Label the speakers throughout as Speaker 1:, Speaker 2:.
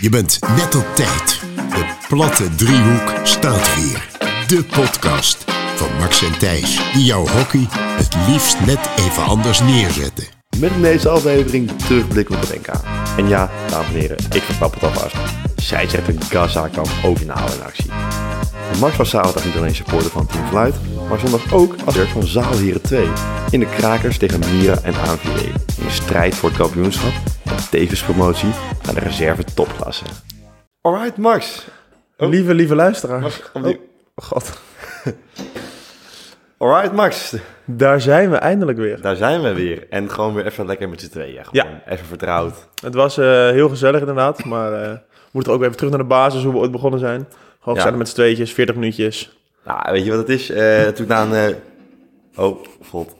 Speaker 1: Je bent net op tijd. De platte driehoek staat weer. De podcast van Max en Thijs, die jouw hockey het liefst net even anders neerzetten.
Speaker 2: Met deze aflevering terugblikken op het NK. En ja, dames en heren, ik verklap het alvast. Zij zegt een Gaza kan overhalen in actie. En Max was zaterdag niet alleen supporter van Team Fluit, maar zondag ook als werk van Zaalheren 2. In de krakers tegen Mira en AMVE. In de strijd voor het kampioenschap en tevens promotie naar de reserve topklasse. Alright Max. Oh.
Speaker 3: Lieve, lieve luisteraars.
Speaker 2: opnieuw.
Speaker 3: Oh, god.
Speaker 2: Alright Max.
Speaker 3: Daar zijn we eindelijk weer.
Speaker 2: Daar zijn we weer. En gewoon weer even lekker met z'n tweeën. Gewoon
Speaker 3: Ja.
Speaker 2: even vertrouwd.
Speaker 3: Het was eh, heel gezellig inderdaad, maar eh, we moeten ook even terug naar de basis hoe we ooit begonnen zijn. Gewoon gezellig
Speaker 2: Ja.
Speaker 3: met z'n tweetjes, 40 minuutjes.
Speaker 2: Nou, weet je wat het is? Eh, toen aan... eh, Oh, god.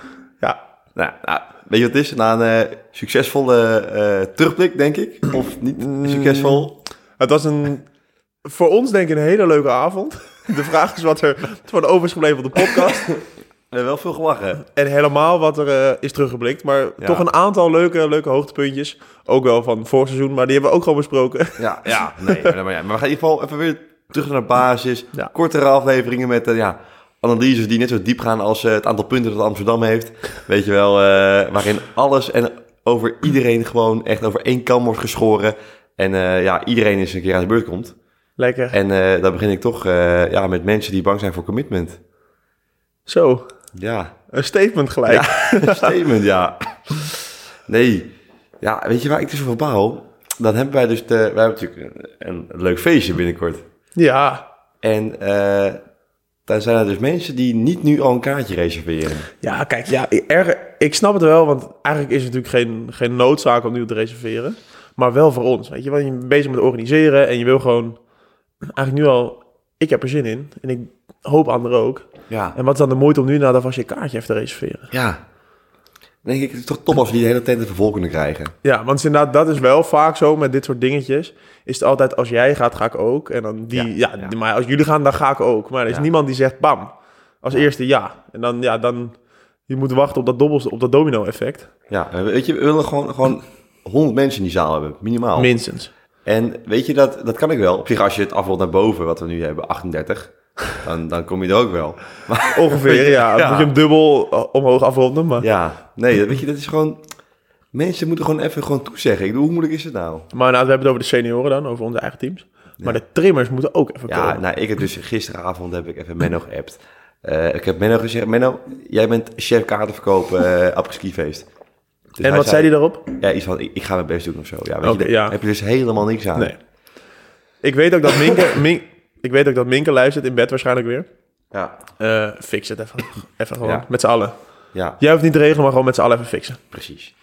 Speaker 3: Ja,
Speaker 2: Nou, nou, weet je wat het is? Na een eh, succesvolle eh, terugblik, denk ik. Of niet
Speaker 3: Mm.
Speaker 2: succesvol.
Speaker 3: het was een, voor ons denk ik een hele leuke avond. De vraag is wat er van over is gebleven op de podcast.
Speaker 2: We hebben wel veel gelachen.
Speaker 3: En helemaal wat er eh, is teruggeblikt. Maar
Speaker 2: Ja.
Speaker 3: toch een aantal leuke, leuke hoogtepuntjes. Ook wel van vorig seizoen, maar die hebben we ook gewoon besproken.
Speaker 2: Ja, ja nee. Maar, maar ja, maar we gaan in ieder geval even weer terug naar de basis.
Speaker 3: Ja.
Speaker 2: Kortere afleveringen met eh, ja, analyses die net zo diep gaan als eh, het aantal punten dat Amsterdam heeft. Weet je wel, eh, waarin alles en over iedereen gewoon echt over één kam wordt geschoren. En eh, ja, iedereen eens een keer aan de beurt komt.
Speaker 3: Lekker.
Speaker 2: En eh dan begin ik toch eh, ja, met mensen die bang zijn voor commitment.
Speaker 3: Zo,
Speaker 2: Ja,
Speaker 3: een statement gelijk.
Speaker 2: Een Statement, ja. Nee. Ja, weet je waar ik dus van bouw? Dan hebben wij dus de, wij hebben natuurlijk een, een leuk feestje binnenkort.
Speaker 3: ja.
Speaker 2: En eh daar zijn er dus mensen die niet nu al een kaartje reserveren.
Speaker 3: Ja, kijk, ja, ik- erg, ik snap het wel, want eigenlijk is het natuurlijk geen, geen noodzaak om nu te reserveren. Maar wel voor ons, weet je. Want je bent bezig met organiseren en je wil gewoon... Eigenlijk nu al, ik heb er zin in en ik hoop anderen ook.
Speaker 2: Ja.
Speaker 3: En wat is dan de moeite om nu nou alvast je kaartje even te reserveren?
Speaker 2: Ja. Dan denk ik, het is toch top als we die hele tent even vol kunnen krijgen.
Speaker 3: Ja, want inderdaad, dat is wel vaak zo met dit soort dingetjes. Is het altijd, als jij gaat, ga ik ook. En dan die,
Speaker 2: Ja,
Speaker 3: ja,
Speaker 2: ja.
Speaker 3: die- maar als jullie gaan, dan ga ik ook. Maar er is
Speaker 2: Ja.
Speaker 3: niemand die zegt, bam, als eerste ja. En dan, ja, dan... Je moet wachten op dat, dobbels, op dat domino-effect.
Speaker 2: Ja, en weet je, we willen gewoon, gewoon 100 mensen in die zaal hebben, minimaal.
Speaker 3: Minstens.
Speaker 2: En weet je, dat, dat kan ik wel. Op zich, als je het afrolt naar boven, wat we nu hebben, 38, dan, dan kom je er ook wel. Maar
Speaker 3: Ongeveer, ja.
Speaker 2: Ja.
Speaker 3: Moet je hem dubbel eh, omhoog afronden, maar...
Speaker 2: Ja, nee, dat- weet je, dat is gewoon... Mensen moeten gewoon even gewoon toezeggen. Ik bedoel, hoe moeilijk is het nou?
Speaker 3: Maar nou, we hebben het over de senioren dan, over onze eigen teams. Maar de trimmers moeten ook even
Speaker 2: Ja,
Speaker 3: komen.
Speaker 2: nou, ik heb dus gisteravond heb ik even Menno geappt. Eh, ik heb Menno gezegd, Menno, jij bent chef kaartenverkoop eh ski feest. dus
Speaker 3: en wat zei hij daarop?
Speaker 2: Ja, iets van, ik, ik ga mijn best doen of zo. Ja, weet je,
Speaker 3: Oké,
Speaker 2: daar
Speaker 3: ja.
Speaker 2: heb je dus helemaal niks aan.
Speaker 3: Nee. Ik weet ook dat Minke, Min- ik weet ook dat Minke luistert in bed waarschijnlijk weer.
Speaker 2: Ja,
Speaker 3: Eh, fix het even. Even gewoon,
Speaker 2: Ja.
Speaker 3: met z'n allen.
Speaker 2: ja,
Speaker 3: Jij hoeft niet te regelen, maar gewoon met z'n allen even fixen.
Speaker 2: precies.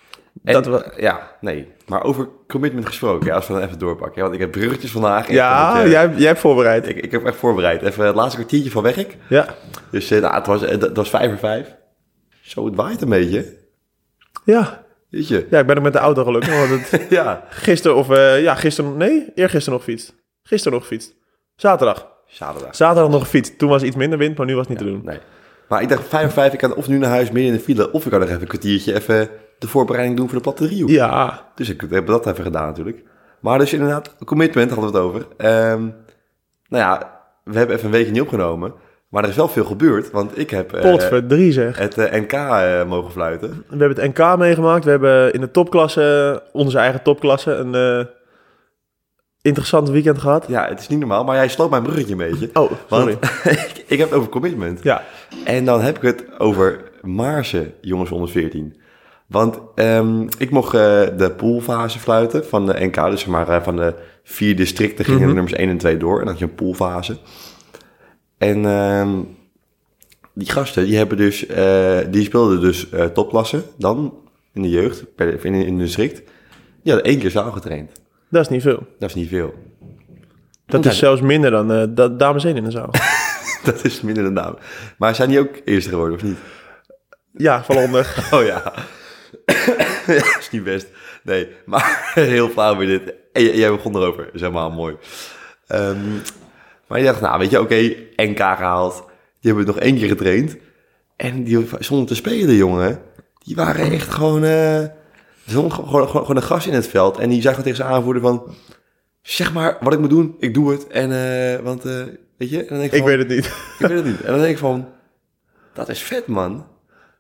Speaker 2: En,
Speaker 3: Dat we-
Speaker 2: Ja, nee. Maar over commitment gesproken, ja, als we dan even doorpakken. Ja, want ik heb bruggetjes vandaag. Ik heb
Speaker 3: Ja,
Speaker 2: het, eh,
Speaker 3: jij, jij hebt voorbereid.
Speaker 2: ik, ik heb echt voorbereid. Even het laatste kwartiertje van werk.
Speaker 3: Ja.
Speaker 2: Dus eh, nou, het, was, eh, dat- dat was vijf voor vijf. Zo, het waait een beetje.
Speaker 3: Ja.
Speaker 2: Weet je?
Speaker 3: ja, ik ben ook met de auto gelukkig. Want het,
Speaker 2: Ja.
Speaker 3: gisteren of... eh, ja, gisteren... Nee, eergisteren nog fietst. Gisteren nog fietst. Zaterdag.
Speaker 2: Zaterdag.
Speaker 3: Zaterdag nog gefietst. Toen was iets minder wind, maar nu was het niet te doen.
Speaker 2: Nee. Maar ik dacht, vijf voor vijf, ik kan of nu naar huis midden in de file... of ik kan nog even een kwartiertje even de voorbereiding doen voor de platte driehoek.
Speaker 3: Ja,
Speaker 2: Dus ik heb dat even gedaan natuurlijk. Maar dus inderdaad, commitment hadden we het over. Ehm, nou ja, we hebben even een weekje niet opgenomen. Maar er is wel veel gebeurd, want ik heb eh,
Speaker 3: Potverdrie zeg.
Speaker 2: het eh, NK eh, mogen fluiten.
Speaker 3: We hebben het NK meegemaakt. We hebben in de topklasse, onze eigen topklasse, een eh, interessant weekend gehad.
Speaker 2: Ja, het is niet normaal, maar jij sloot mijn bruggetje een beetje.
Speaker 3: Oh,
Speaker 2: want
Speaker 3: sorry.
Speaker 2: ik, ik heb het over commitment.
Speaker 3: Ja,
Speaker 2: En dan heb ik het over Maarse jongens onder 14. Want ehm, ik mocht eh, de poolfase fluiten van de NK. Dus zeg maar eh, van de vier districten gingen de nummers 1 en 2 door. En dan had je een poolfase. En ehm, die gasten, die, hebben dus, eh, die speelden dus eh topklasse dan in de jeugd, per, in, in de district. Die hadden één keer zaal getraind.
Speaker 3: dat is niet veel.
Speaker 2: Dat is niet veel.
Speaker 3: Dat
Speaker 2: Ja.
Speaker 3: is zelfs minder dan eh, da- dames 1 in de zaal.
Speaker 2: Dat is minder dan naam. Maar zijn die ook eerste geworden of niet?
Speaker 3: ja, volgende.
Speaker 2: Oh ja. ja, is niet best. Nee, maar heel flauw weer dit. En j- jij begon erover, zeg maar, mooi. Ehm, maar je dacht, nou weet je, oké, NK gehaald. Die hebben het nog één keer getraind. En die zonder te spelen, jongen. Die waren echt gewoon... eh, Er stond gewoon, gewoon, gewoon een gast in het veld. En die zei gewoon tegen zijn aanvoerder van... Zeg maar wat ik moet doen. Ik doe het. En, eh, want, eh, weet je... En dan denk ik,
Speaker 3: Ik
Speaker 2: van,
Speaker 3: weet het niet.
Speaker 2: ik weet het niet. En dan denk ik van... Dat is vet, man.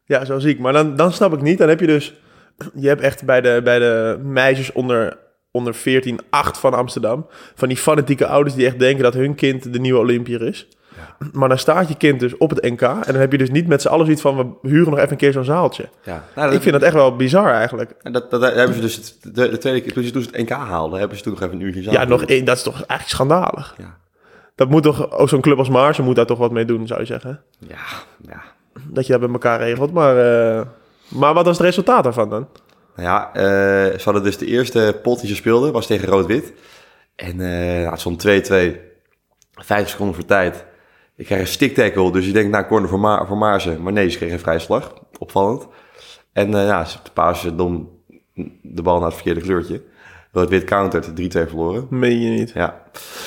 Speaker 3: Ja, zo zie ik. Maar dan, dan snap ik niet. Dan heb je dus... Je hebt echt bij de, bij de meisjes onder, onder 14, 8 van Amsterdam... van die fanatieke ouders die echt denken dat hun kind de nieuwe Olympier is. Maar dan staat je kind dus op het NK... en dan heb je dus niet met z'n allen zoiets van... we huren nog even een keer zo'n zaaltje.
Speaker 2: Ja. Nou, dat,
Speaker 3: Ik vind dat echt wel bizar eigenlijk.
Speaker 2: En dat, dat, daar hebben ze dus het, de, de tweede keer, toen ze, toen ze het NK haalden, hebben ze toen nog even een uurtje
Speaker 3: Ja,
Speaker 2: zaterdag.
Speaker 3: nog één, dat is toch eigenlijk schandalig.
Speaker 2: Ja.
Speaker 3: Dat moet toch, ook zo'n club als Maarsen moet daar toch wat mee doen, zou je zeggen.
Speaker 2: Ja, ja.
Speaker 3: Dat je dat met elkaar regelt, maar... eh, maar wat was het resultaat daarvan dan?
Speaker 2: Nou ja, eh, ze hadden dus de eerste pot die ze speelden, was tegen Rood-Wit. En eh nou, het stond 2-2, vijf seconden voor tijd. Ik krijg een stick tackle, dus je denkt, nou, corner voor, Ma voor Maarsen. Maar nee, ze kregen een vrije slag, opvallend. En eh ja, ze paasen dom de bal naar het verkeerde kleurtje. Rood-Wit countert, 3-2 verloren.
Speaker 3: Meen je niet.
Speaker 2: Ja,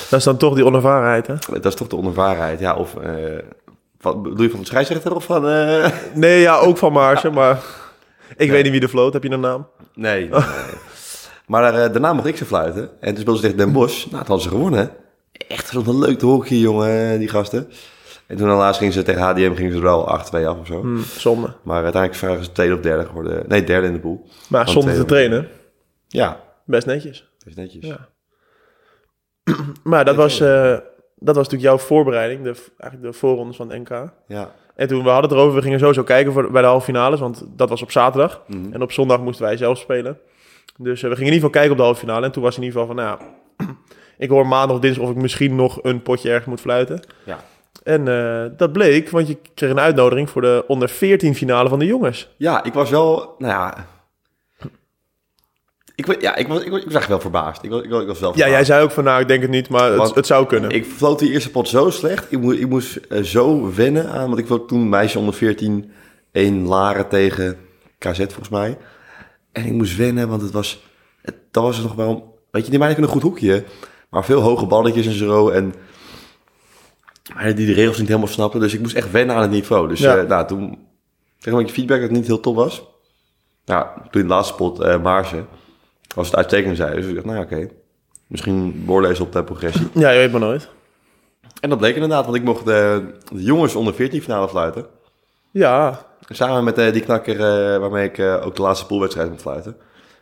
Speaker 3: Dat is dan toch die onervarenheid, hè?
Speaker 2: dat is toch de onervarenheid. Ja, of... eh, wat bedoel je van de scheidsrechter of van... eh,
Speaker 3: Nee, ja, ook van Maarsen, maar ik weet niet wie de floot. Heb je een naam?
Speaker 2: Nee. nee. maar eh, daarna mocht ik ze fluiten. En toen speelden ze tegen Den Bosch. Nou, dat hadden ze gewonnen. Echt zo'n een leuk te hockey, jongen, die gasten. En toen helaas gingen ze tegen HDM gingen ze er wel 8-2 af of zo.
Speaker 3: Hm, zonde.
Speaker 2: Maar uiteindelijk waren ze tweede of derde geworden. Nee, derde in de pool.
Speaker 3: Maar
Speaker 2: Van
Speaker 3: zonder te
Speaker 2: tweede.
Speaker 3: trainen,
Speaker 2: Ja,
Speaker 3: best netjes.
Speaker 2: dat is netjes.
Speaker 3: Ja. Maar dat was, eh, dat was natuurlijk jouw voorbereiding, de, eigenlijk de voorrondes van het NK.
Speaker 2: Ja.
Speaker 3: En toen we hadden het erover, we gingen sowieso kijken voor, bij de halve finales, want dat was op zaterdag. En op zondag moesten wij zelf spelen. Dus eh, we gingen in ieder geval kijken op de halve finale. En toen was in ieder geval van, nou, ja, ik hoor maandag of dinsdag of ik misschien nog een potje ergens moet fluiten.
Speaker 2: Ja.
Speaker 3: En eh, dat bleek, want je kreeg een uitnodiging voor de onder 14 finale van de jongens.
Speaker 2: Ja, ik was wel, nou ja... Ik, wa- ja, ik was, ik, was, ik was eigenlijk wel verbaasd. Ik was, ik was, ik was wel
Speaker 3: Ja,
Speaker 2: verbaasd.
Speaker 3: jij zei ook van, nou, ik denk het niet, maar het,
Speaker 2: Want-
Speaker 3: het zou kunnen.
Speaker 2: Ik floot die eerste pot zo slecht. Ik, moe- ik moest eh, zo wennen aan. Want ik vloot toen meisje onder 14. 1 Laren tegen KZ volgens mij. En ik moest wennen, want het was... Het, dat was het nog wel... Weet je, die meiden kunnen een goed hoekje. Maar veel hoge balletjes en zo. En meiden die de regels niet helemaal snapten. Dus ik moest echt wennen aan het niveau. Dus
Speaker 3: Ja.
Speaker 2: eh, nou, toen kreeg ik een beetje feedback dat het niet heel top was. Nou, toen in de laatste pot eh Maarsen was het uitstekend, zei Dus ik dacht, nou ja, oké. Misschien doorlezen op de progressie.
Speaker 3: Ja, je weet maar nooit.
Speaker 2: En dat bleek inderdaad, want ik mocht de, de jongens onder 14 finale fluiten.
Speaker 3: Ja,
Speaker 2: Samen met eh, die knakker eh, waarmee ik eh, ook de laatste poolwedstrijd moet fluiten.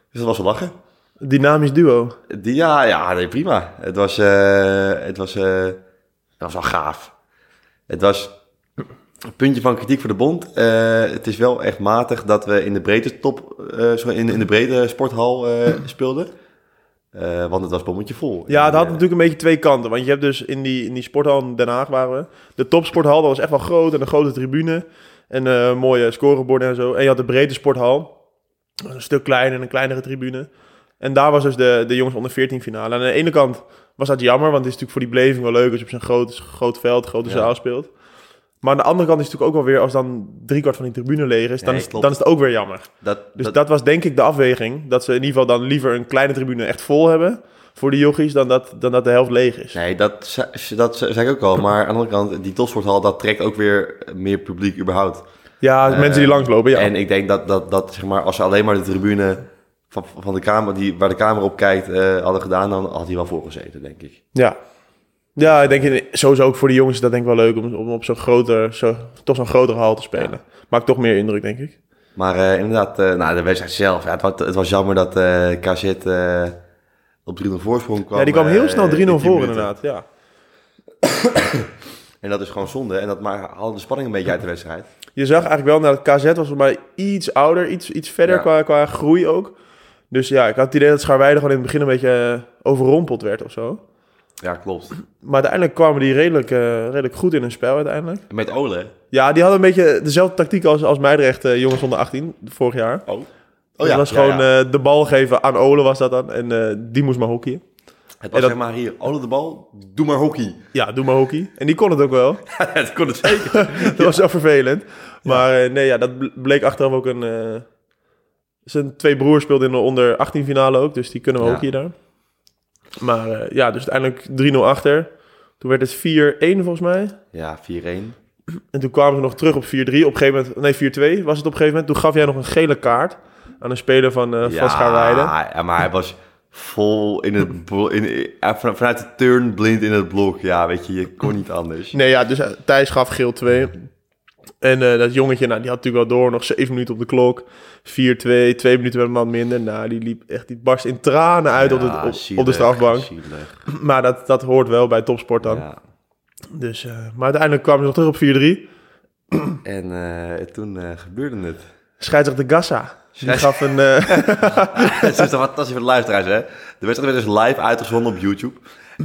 Speaker 2: Dus dat was wel lachen.
Speaker 3: dynamisch duo.
Speaker 2: Die, ja, ja nee, prima. Het was, eh, het, was, eh, het was wel gaaf. Het was een puntje van kritiek voor de bond. Eh, het is wel echt matig dat we in de breedte, top, eh, sorry, in, in de breedte sporthal eh, speelden. Eh, want het was bommetje vol.
Speaker 3: Ja, het
Speaker 2: En,
Speaker 3: had
Speaker 2: eh,
Speaker 3: natuurlijk een beetje twee kanten. Want je hebt dus in die, in die sporthal in Den Haag waren we. De topsporthal, dat was echt wel groot. En een grote tribune. En eh, mooie scoreborden en zo. En je had de brede sporthal. Dat was Een stuk kleiner en een kleinere tribune. En daar was dus de, de jongens onder 14 finale. Aan de ene kant was dat jammer. Want het is natuurlijk voor die beleving wel leuk. Als je op zo'n groot, groot veld, grote
Speaker 2: Ja.
Speaker 3: zaal speelt. Maar aan de andere kant is het natuurlijk ook wel weer... Als dan driekwart van die tribune leeg is, dan,
Speaker 2: Nee,
Speaker 3: is,
Speaker 2: klopt.
Speaker 3: dan is het ook weer jammer.
Speaker 2: dat,
Speaker 3: Dus
Speaker 2: dat-
Speaker 3: dat, was denk ik de afweging. Dat ze in ieder geval dan liever een kleine tribune echt vol hebben voor de yogis dan dat, dan dat de helft leeg is.
Speaker 2: Nee, dat, ze- dat ze- zei ik ook al. Maar aan de andere kant, die topsporthal, dat trekt ook weer meer publiek überhaupt.
Speaker 3: Ja, mensen die langslopen, ja.
Speaker 2: Eh, En ik denk dat, dat, dat zeg maar, als ze alleen maar de tribune van, van de kamer, die, waar de camera op kijkt, eh, hadden gedaan, dan had hij wel voorgezeten, denk ik.
Speaker 3: ja. Ja, ik denk sowieso ook voor de jongens is dat denk ik wel leuk om, om op zo'n groter, zo, toch zo'n grotere hal te spelen. Maakt toch meer indruk, denk ik.
Speaker 2: Maar eh, inderdaad, eh, nou, de wedstrijd zelf. Ja, het, was, het was jammer dat eh, KZ eh, op 3-0 voorsprong kwam.
Speaker 3: ja, die kwam heel
Speaker 2: eh,
Speaker 3: snel 3-0
Speaker 2: in tien
Speaker 3: voor
Speaker 2: minuten.
Speaker 3: inderdaad, ja.
Speaker 2: En dat is gewoon zonde. En dat maar, haalde de spanning een beetje uit de wedstrijd.
Speaker 3: Je zag eigenlijk wel, nou, dat KZ was voor mij iets ouder, iets, iets verder
Speaker 2: Ja.
Speaker 3: qua, qua groei ook. Dus ja, ik had het idee dat Schaarweide gewoon in het begin een beetje eh, overrompeld werd of zo.
Speaker 2: Ja, klopt.
Speaker 3: Maar uiteindelijk kwamen die redelijk, eh, redelijk goed in hun spel uiteindelijk.
Speaker 2: Met Ole.
Speaker 3: Ja, die hadden een beetje dezelfde tactiek als, als Meidrecht, eh, jongens onder 18, vorig jaar.
Speaker 2: Oh. Oh
Speaker 3: dat was gewoon eh, de bal geven aan Ole was dat dan. En eh, die moest maar hockeyen.
Speaker 2: Het
Speaker 3: En
Speaker 2: was
Speaker 3: dat-
Speaker 2: zeg maar hier, Ole de bal, doe maar hockey.
Speaker 3: Ja, doe maar hockey. En die kon het ook wel.
Speaker 2: dat kon het zeker.
Speaker 3: Dat was wel vervelend. Maar eh, nee, ja, dat ble- bleek achteraf ook een... eh, zijn twee broers speelden in de onder 18 finale ook, dus die kunnen we
Speaker 2: Ja.
Speaker 3: hockeyen daar. Maar eh, ja, dus uiteindelijk 3-0 achter. Toen werd het 4-1 volgens mij.
Speaker 2: Ja, 4-1.
Speaker 3: En toen kwamen ze nog terug op 4-3. Op een gegeven moment, nee, 4-2 was het op een gegeven moment. Toen gaf jij nog een gele kaart aan een speler van, eh van Schaarweide.
Speaker 2: ja, maar hij was vol in het blo- in, in- van- vanuit de turn blind in het blok. Ja, weet je, je kon niet anders.
Speaker 3: Nee, ja, dus eh, Thijs gaf geel 2. En eh, dat jongetje, nou, die had natuurlijk wel door. Nog 7 minuten op de klok. 4-2, 2 minuten met een man minder. Nou, die liep echt, die barst in tranen uit op,
Speaker 2: Ja,
Speaker 3: de, op, op de
Speaker 2: zielig,
Speaker 3: strafbank.
Speaker 2: zielig.
Speaker 3: Maar dat, dat hoort wel bij topsport dan.
Speaker 2: Ja.
Speaker 3: Dus, eh, maar uiteindelijk kwamen ze nog terug op 4-3.
Speaker 2: En eh, toen eh, gebeurde het.
Speaker 3: Scheidsrechter Gassa. Die
Speaker 2: Scheids-
Speaker 3: gaf een... eh,
Speaker 2: Het is toch fantastisch voor de luisteraars, hè? De wedstrijd werd dus live uitgezonden op YouTube.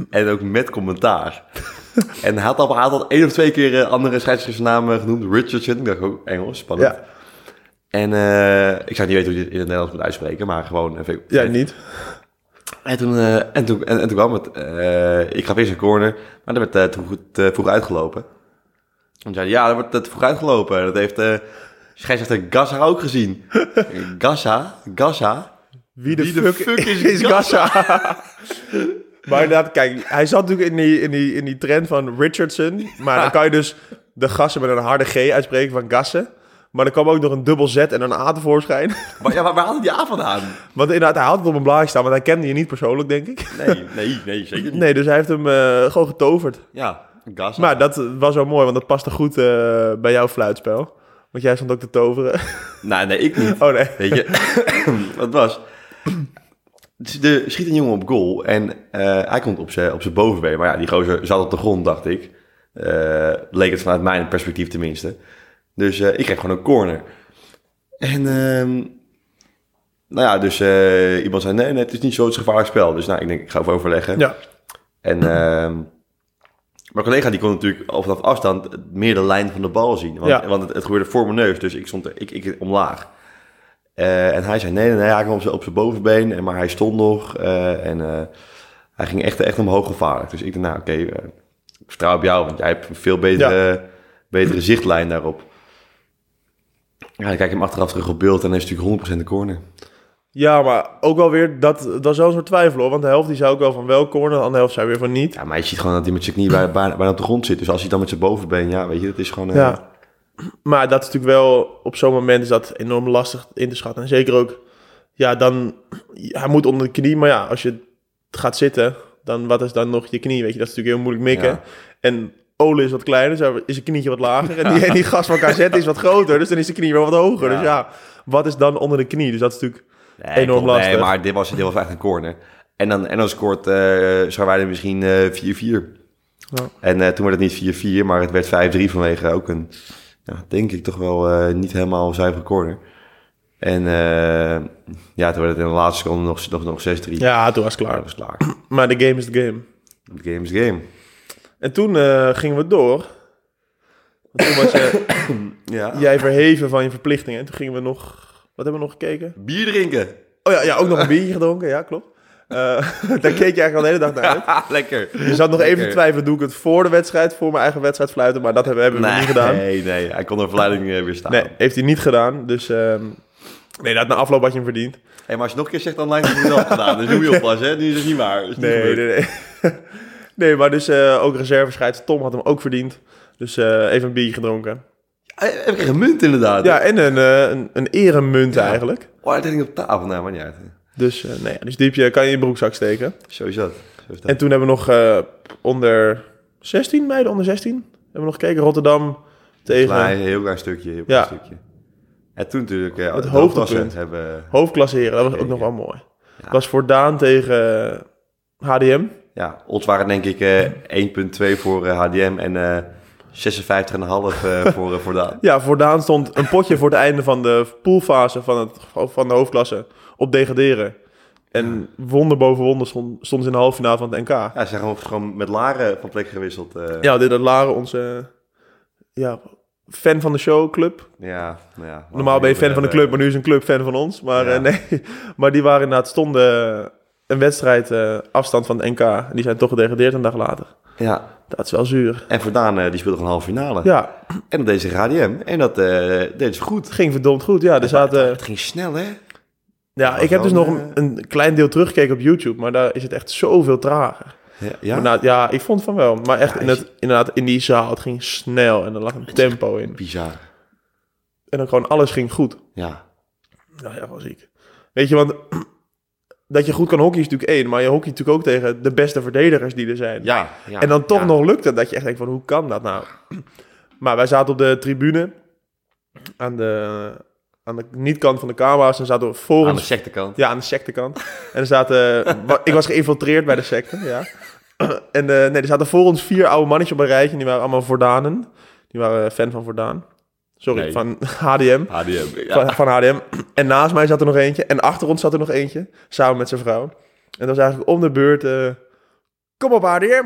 Speaker 2: En ook met commentaar. En hij had al, hij had al één of twee keer eh, andere scheidsrechtersnamen genoemd. Richardson, ik dacht ook Engels, spannend.
Speaker 3: Ja.
Speaker 2: En eh, ik zou niet weten hoe je dit in het Nederlands moet uitspreken, maar gewoon... eh, vind ik-
Speaker 3: ja, niet.
Speaker 2: En toen, eh, en toen, en, en toen kwam het. eh, ik gaf eerst een corner, maar dat werd eh, toen goed, eh, vroeg uitgelopen. En zei, hij, ja, dat wordt eh, te vroeg uitgelopen. Dat heeft eh scheidsrechter Gassa ook gezien. Gassa? Gassa?
Speaker 3: Wie
Speaker 2: de fuck is
Speaker 3: Gassa? maar inderdaad, kijk, hij zat natuurlijk in die, in die, in die trend van Richardson. Maar dan kan je dus de gassen met een harde G uitspreken van gassen. Maar er kwam ook nog een dubbel Z en een A tevoorschijn.
Speaker 2: Maar, ja, maar waar had hij die A vandaan?
Speaker 3: Want inderdaad, hij had het op een blaadje staan, want hij kende je niet persoonlijk, denk ik.
Speaker 2: Nee, nee, nee, zeker niet.
Speaker 3: Nee, dus hij heeft hem eh, gewoon getoverd.
Speaker 2: Ja, gas.
Speaker 3: Maar dat was wel mooi, want dat paste goed eh, bij jouw fluitspel. Want jij stond ook te toveren.
Speaker 2: Nee, nee, ik niet.
Speaker 3: Oh nee.
Speaker 2: Weet je, wat was? De schiet een jongen op goal en eh, hij komt op zijn op zijn bovenbeen. Maar ja, die gozer zat op de grond, dacht ik. Eh, leek het vanuit mijn perspectief tenminste. Dus eh, ik kreeg gewoon een corner. En ehm, nou ja, dus eh, iemand zei, nee, nee, het is niet zo'n gevaarlijk spel. Dus nou, ik denk, ik ga even overleggen.
Speaker 3: Ja.
Speaker 2: En ehm, mijn collega die kon natuurlijk al vanaf afstand meer de lijn van de bal zien. Want,
Speaker 3: Ja.
Speaker 2: want het, het gebeurde voor mijn neus, dus ik stond er- ik, ik omlaag. Eh, en hij zei, nee, nee, nee, hij kwam op zijn- op zijn bovenbeen, en- maar hij stond nog. eh, en eh, hij ging echt, echt omhoog gevaarlijk. Dus ik dacht, nou oké, eh, ik vertrouw op jou, want jij hebt een veel betere, betere zichtlijn daarop. Ja, dan kijk ik hem achteraf terug op beeld en dan is het natuurlijk 100% de corner.
Speaker 3: Ja, maar ook wel weer, dat, dat is wel een soort twijfel hoor. Want de helft die zei ook wel van wel corner, de andere helft zei weer van niet.
Speaker 2: Ja, maar je ziet gewoon dat hij met zijn knie bijna, bijna bijna op de grond zit. Dus als hij dan met zijn bovenbeen, ja, weet je, dat is gewoon... eh,
Speaker 3: Ja. Maar dat is natuurlijk wel, op zo'n moment is dat enorm lastig in te schatten. En zeker ook, ja, dan, hij moet onder de knie. Maar ja, als je gaat zitten, dan wat is dan nog je knie? Weet je, dat is natuurlijk heel moeilijk mikken.
Speaker 2: Ja.
Speaker 3: En Ole is wat kleiner, zo is zijn knietje wat lager. En die, en die gast van KZ is wat groter, dus dan is de knie weer wat hoger.
Speaker 2: Ja.
Speaker 3: Dus ja, wat is dan onder de knie? Dus dat is natuurlijk...
Speaker 2: Nee,
Speaker 3: Enorm
Speaker 2: Eh, klopt.
Speaker 3: lastig.
Speaker 2: Nee, maar dit was, dit was echt een corner. En dan, en dan scoort eh Scharweide misschien eh, 4-4.
Speaker 3: Ja.
Speaker 2: En eh, toen werd het niet 4-4, maar het werd 5-3 vanwege ook een, ja, denk ik toch wel eh, niet helemaal zuivere corner. En eh, ja, toen werd het in de laatste seconde nog, nog, nog 6-3.
Speaker 3: Ja, toen was het
Speaker 2: Maar
Speaker 3: klaar.
Speaker 2: dat was klaar.
Speaker 3: Maar de game is de game.
Speaker 2: The game is the game.
Speaker 3: En toen eh, gingen we door. Want toen was eh, je,
Speaker 2: Ja.
Speaker 3: jij verheven van je verplichtingen. En toen gingen we nog... Wat hebben we nog gekeken?
Speaker 2: Bier drinken.
Speaker 3: Oh ja, ja ook nog een biertje gedronken. Ja, klopt. Eh, daar keek je eigenlijk al de hele dag naar uit.
Speaker 2: Ah, lekker.
Speaker 3: Je zat nog even te
Speaker 2: Lekker.
Speaker 3: twijfelen, doe ik het voor de wedstrijd, voor mijn eigen wedstrijd fluiten. Maar dat hebben, hebben we
Speaker 2: Nee,
Speaker 3: niet gedaan.
Speaker 2: nee, nee. Hij kon de verleiding eh, weerstaan.
Speaker 3: Nee, heeft hij niet gedaan. Dus ehm, nee, dat na afloop had je hem verdiend.
Speaker 2: Hey, maar als je nog een keer zegt online, heb je het wel gedaan. Dus doe je oppas, hè. Nu is het niet waar. Is niet
Speaker 3: Nee,
Speaker 2: gebeurd.
Speaker 3: nee, nee. Nee, maar dus eh ook reservescheids. Tom had hem ook verdiend. Dus eh, even een biertje gedronken.
Speaker 2: Hij- Hij kreeg een munt inderdaad.
Speaker 3: Ja, en een, eh een, een eremunt
Speaker 2: Ja.
Speaker 3: eigenlijk.
Speaker 2: Oh, dat ding op tafel. Nou, maar niet uit.
Speaker 3: Dus eh nee, dus diepje kan je in je broekzak steken.
Speaker 2: Zo is dat. Zo is dat.
Speaker 3: En toen hebben we nog eh, onder 16, meiden onder 16, hebben we nog gekeken. Rotterdam tegen
Speaker 2: Klein, heel klein stukje, heel klein
Speaker 3: Ja.
Speaker 2: stukje. En toen natuurlijk... eh,
Speaker 3: Het
Speaker 2: de
Speaker 3: hoogtepunt.
Speaker 2: hoofdklassen Hebben,
Speaker 3: hoofdklasseren. Dat was ook
Speaker 2: Zeker.
Speaker 3: nog wel mooi. Dat was voor Daan tegen eh, HDM.
Speaker 2: ja, odds waren denk ik eh 1,2 voor eh, HDM en eh 56,5 eh, voor, eh, voor Daan.
Speaker 3: Ja, voor Daan stond een potje voor het einde van de poolfase van, het, van de hoofdklasse op degraderen. En wonder boven wonder stond, stonden ze in de halve finale van het NK.
Speaker 2: Ja, ze zijn gewoon, gewoon met Laren van plek gewisseld. eh.
Speaker 3: Ja, dit had Laren, onze ja, fan van de show club.
Speaker 2: ja, nou ja.
Speaker 3: Normaal ben je fan van de club, maar nu is een club fan van ons. Maar
Speaker 2: Ja.
Speaker 3: eh, nee, maar die waren inderdaad stonden eh, een wedstrijd eh, afstand van het NK. En die zijn toch gedegradeerd een dag later.
Speaker 2: Ja,
Speaker 3: Dat is wel zuur.
Speaker 2: en voor Daan, eh, die speelde gewoon halve finale.
Speaker 3: Ja,
Speaker 2: En dat deed zich HDM. En dat eh deed ze goed.
Speaker 3: het ging verdomd goed. Ja, er zaten,
Speaker 2: Het ging snel, hè?
Speaker 3: ja ik heb dus nog een, een klein deel teruggekeken op YouTube. Maar daar is het echt zoveel trager.
Speaker 2: Ja,
Speaker 3: Ja,
Speaker 2: ja?
Speaker 3: maar nou, ja ik vond van wel. Maar echt, in
Speaker 2: is-
Speaker 3: het, inderdaad, in die zaal, het ging snel. En er lag een tempo in.
Speaker 2: bizar.
Speaker 3: En dan gewoon alles ging goed.
Speaker 2: Ja.
Speaker 3: Nou ja, wel ziek. Weet je, want dat je goed kan hockey is natuurlijk één, maar je hockey natuurlijk ook tegen de beste verdedigers die er zijn.
Speaker 2: Ja, ja,
Speaker 3: en dan toch
Speaker 2: ja.
Speaker 3: nog lukt het dat je echt denkt van hoe kan dat nou? Maar wij zaten op de tribune aan de, aan de niet-kant van de camera's en zaten we voor
Speaker 2: Aan de
Speaker 3: ons
Speaker 2: sectekant.
Speaker 3: ja, aan de sectekant. En er zaten... wa- ik was geïnfiltreerd bij de secte, ja. En eh, nee, er zaten voor ons vier oude mannetjes op een rijtje. En die waren allemaal Vordanen. Die waren eh, fan van Vordaan. Sorry,
Speaker 2: Nee.
Speaker 3: van HDM.
Speaker 2: HDM. Ja.
Speaker 3: Van, van HDM. En naast mij zat er nog eentje. En achter ons zat er nog eentje. Samen met zijn vrouw. En dat was eigenlijk om de beurt... eh, Kom op HDM!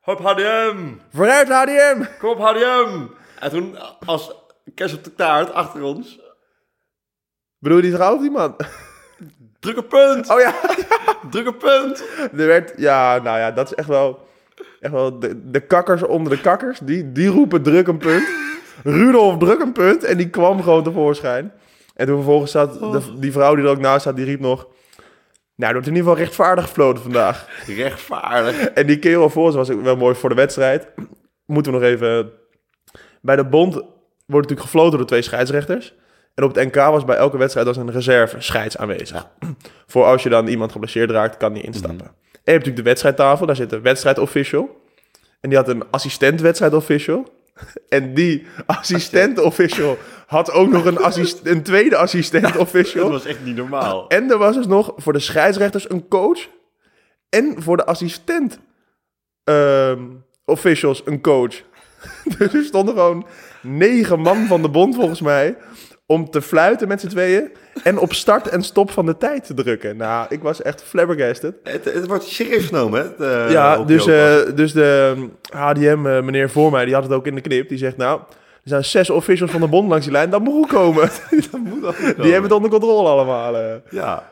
Speaker 2: Hop HDM!
Speaker 3: Vooruit HDM!
Speaker 2: Kom op HDM! En toen als kerst op de taart achter ons...
Speaker 3: Bedoel je die trouw of die man?
Speaker 2: Druk een punt!
Speaker 3: Oh ja,
Speaker 2: Druk een punt!
Speaker 3: er werd... Ja, nou ja, dat is echt wel... Echt wel de, de kakkers onder de kakkers. Die, die roepen druk een punt. Rudolf druk een punt. En die kwam gewoon tevoorschijn. En toen vervolgens zat... de- die vrouw die er ook naast zat, die riep nog... Nou, er wordt in ieder geval rechtvaardig gefloten vandaag.
Speaker 2: Rechtvaardig.
Speaker 3: En die kerel voor ons was ook wel mooi voor de wedstrijd. Moeten we nog even... Bij de bond wordt natuurlijk gefloten door twee scheidsrechters. En op het NK was bij elke wedstrijd was een reserve scheids aanwezig. Voor als je dan iemand geblesseerd raakt, kan die instappen.
Speaker 2: Mhm.
Speaker 3: En je hebt natuurlijk de wedstrijdtafel. Daar zit een wedstrijdofficial. En die had een assistent wedstrijdofficial. En die assistent-official had ook nog een, assist- een tweede
Speaker 2: Dat
Speaker 3: assistent-official.
Speaker 2: was echt niet normaal.
Speaker 3: En er was dus nog voor de scheidsrechters een coach. En voor de assistent ehm, officials een coach. dus er stonden gewoon negen man van de bond volgens mij. Om te fluiten met z'n tweeën. En op start en stop van de tijd te drukken. Nou, ik was echt flabbergasted.
Speaker 2: Het, het wordt serieus genomen, hè? het, eh,
Speaker 3: ja,
Speaker 2: op
Speaker 3: dus,
Speaker 2: Jopas.
Speaker 3: eh, dus de ehm, HDM eh, meneer voor mij, die had het ook in de knip. Die zegt nou, er zijn zes officials van de bond langs die lijn. Dat moet goed komen.
Speaker 2: Dat moet ook
Speaker 3: die
Speaker 2: komen.
Speaker 3: hebben het onder controle allemaal. eh.
Speaker 2: Ja.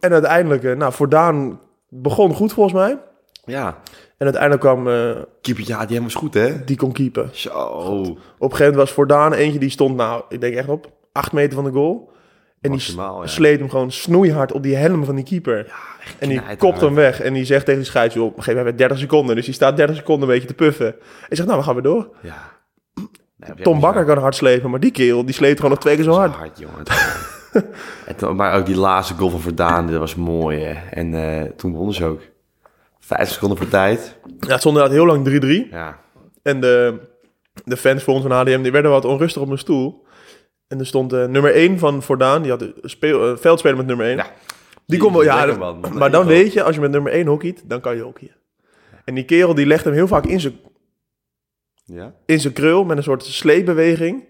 Speaker 3: En uiteindelijk, eh, nou, voor Daan begon goed volgens mij.
Speaker 2: Ja.
Speaker 3: En uiteindelijk kwam eh,
Speaker 2: Keeper, ja, die was goed, hè?
Speaker 3: die kon keeper.
Speaker 2: Zo.
Speaker 3: Op een gegeven moment was voor Daan eentje die stond, nou, ik denk echt op acht meter van de goal. En
Speaker 2: Maximaal, ja.
Speaker 3: die s- sleet hem gewoon snoeihard op die helm van die keeper. en die
Speaker 2: knijterhard.
Speaker 3: kopt hem weg. En die zegt tegen die scheids, joh, op een gegeven moment 30 seconden. Dus die staat 30 seconden een beetje te puffen. En zegt, nou, we gaan weer door.
Speaker 2: Ja. Nee,
Speaker 3: Tom Bakker kan hard slepen, maar die kerel, die sleept gewoon nog twee keer zo
Speaker 2: zo
Speaker 3: hard.
Speaker 2: hard, jongen. en toen- maar ook die laatste goal van Verdaan, dat was mooi, hè? En eh, toen wonnen ze ook. Vijf seconden voor tijd.
Speaker 3: Ja, het stond inderdaad heel lang 3-3.
Speaker 2: Ja.
Speaker 3: En de, de fans voor ons van HDM, die werden wat onrustig op mijn stoel. En er stond eh, nummer 1 van Vordaan, die had een speel, eh, veldspeler met nummer 1.
Speaker 2: Ja.
Speaker 3: die kon wel,
Speaker 2: is
Speaker 3: ja,
Speaker 2: lekker, man. Wat
Speaker 3: maar
Speaker 2: een
Speaker 3: dan
Speaker 2: iemand.
Speaker 3: weet je, als je met nummer 1 hockeyt, dan kan je hockeyen. En die kerel die legt hem heel vaak in zijn,
Speaker 2: Ja?
Speaker 3: in zijn krul met een soort sleepbeweging.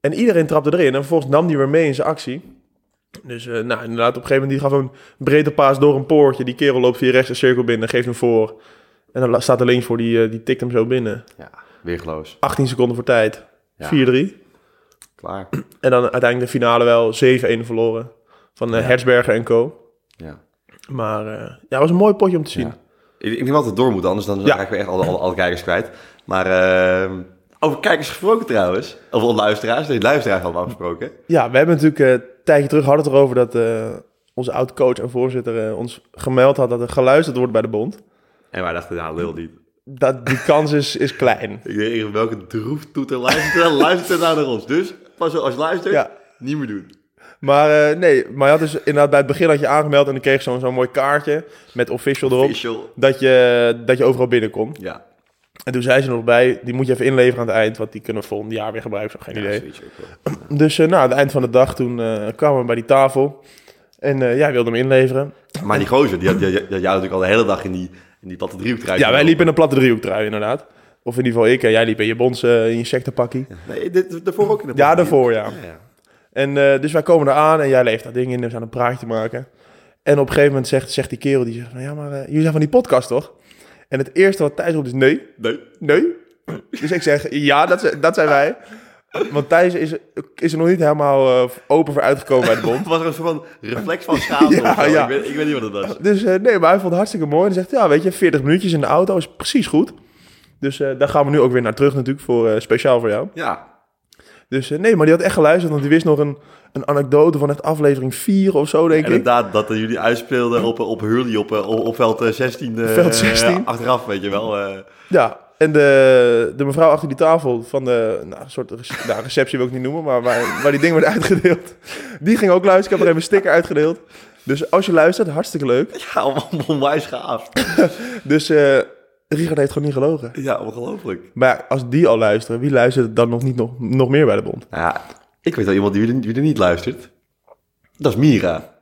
Speaker 3: En iedereen trapte erin en vervolgens nam die weer mee in zijn actie. Dus eh, nou, inderdaad, op een gegeven moment die gaf een brede paas door een poortje. Die kerel loopt via rechts een cirkel binnen, geeft hem voor. En dan la- staat er links voor, die, eh, die tikt hem zo binnen.
Speaker 2: Ja, weergeloos.
Speaker 3: 18 seconden voor tijd.
Speaker 2: Ja.
Speaker 3: 4-3.
Speaker 2: Klaar.
Speaker 3: En dan uiteindelijk de finale wel 7-1 verloren. Van eh, Herzberger en co.
Speaker 2: Ja.
Speaker 3: Maar eh, ja, het was een mooi potje om te zien.
Speaker 2: Ja. Ik, ik denk wel dat het door moet, anders dan raak ik weer echt alle, alle, alle kijkers kwijt. Maar eh, over kijkers gesproken trouwens. Of luisteraars. Nee, luisteraars hadden we afgesproken.
Speaker 3: Ja, we hebben natuurlijk eh, een tijdje terug hadden het erover dat eh, onze oud-coach en voorzitter eh, ons gemeld had dat er geluisterd wordt bij de bond.
Speaker 2: En wij dachten, nou, lul niet.
Speaker 3: Dat die kans is, is klein.
Speaker 2: Ik weet niet welke droeftoeter luistert. luistert nou naar ons. Dus pas op, als je luistert,
Speaker 3: Ja.
Speaker 2: niet meer doen.
Speaker 3: Maar eh, nee, maar je had dus inderdaad bij het begin had je aangemeld en dan kreeg je zo'n zo'n mooi kaartje met official erop.
Speaker 2: Official.
Speaker 3: Dat je, dat je overal binnenkomt.
Speaker 2: Ja.
Speaker 3: En toen zei ze er nog bij, die moet je even inleveren aan het eind, want die kunnen we volgend jaar weer gebruiken. Geen idee.
Speaker 2: zoiets ook wel.
Speaker 3: Dus eh, nou, aan het eind van de dag, toen eh, kwamen we bij die tafel. En eh, jij wilde hem inleveren.
Speaker 2: Maar die gozer, die had, die, die had jou natuurlijk al de hele dag in die, in die platte driehoek eruit
Speaker 3: Ja, wij
Speaker 2: gelopen.
Speaker 3: liepen in een platte driehoektrui, inderdaad. Of in ieder geval ik en jij liep in je bons, eh, in je sectepakkie.
Speaker 2: Nee, dit, daarvoor ook in de
Speaker 3: Ja,
Speaker 2: platte
Speaker 3: daarvoor, ja.
Speaker 2: driehoek. Ja, ja.
Speaker 3: En eh, dus wij komen eraan en jij leeft dat ding in, dus aan een praatje maken. En op een gegeven moment zegt, zegt die kerel, die zegt van, ja, maar eh, jullie zijn van die podcast, toch? En het eerste wat Thijs roept is, nee,
Speaker 2: Nee.
Speaker 3: nee. Dus ik zeg, ja, dat, zijn- dat zijn wij. Want Thijs is, is er nog niet helemaal eh, open voor uitgekomen bij de bond.
Speaker 2: Het was een soort van reflex van schaamte
Speaker 3: Ja,
Speaker 2: of zo.
Speaker 3: ja.
Speaker 2: Ik, weet, ik weet niet wat het was.
Speaker 3: Dus eh, nee, maar hij vond het hartstikke mooi. En zegt, ja, weet je, 40 minuutjes in de auto is precies goed. Dus eh, daar gaan we nu ook weer naar terug natuurlijk, voor, eh, speciaal voor jou.
Speaker 2: Ja.
Speaker 3: Dus eh, nee, maar die had echt geluisterd, want die wist nog een, een anekdote van echt aflevering 4 of zo, denk ik.
Speaker 2: Inderdaad, dat eh, jullie uitspeelden op, eh, op Hurley op, eh, op, op veld eh, 16. eh,
Speaker 3: Veld 16.
Speaker 2: Achteraf, weet je wel. eh.
Speaker 3: Ja, En de, de mevrouw achter die tafel van de nou, soort rece- nou, receptie wil ik niet noemen, maar waar, waar die ding werd uitgedeeld. Die ging ook luisteren. Ik heb er even een sticker uitgedeeld. Dus als je luistert, hartstikke leuk.
Speaker 2: Ja, on- onwijs gaaf.
Speaker 3: Dus eh Richard heeft gewoon niet gelogen.
Speaker 2: Ja, ongelooflijk.
Speaker 3: Maar ja, als die al luisteren, wie luistert er dan nog niet nog, nog meer bij de bond?
Speaker 2: Nou ja, ik weet wel iemand die, die er niet luistert. Dat is Mira.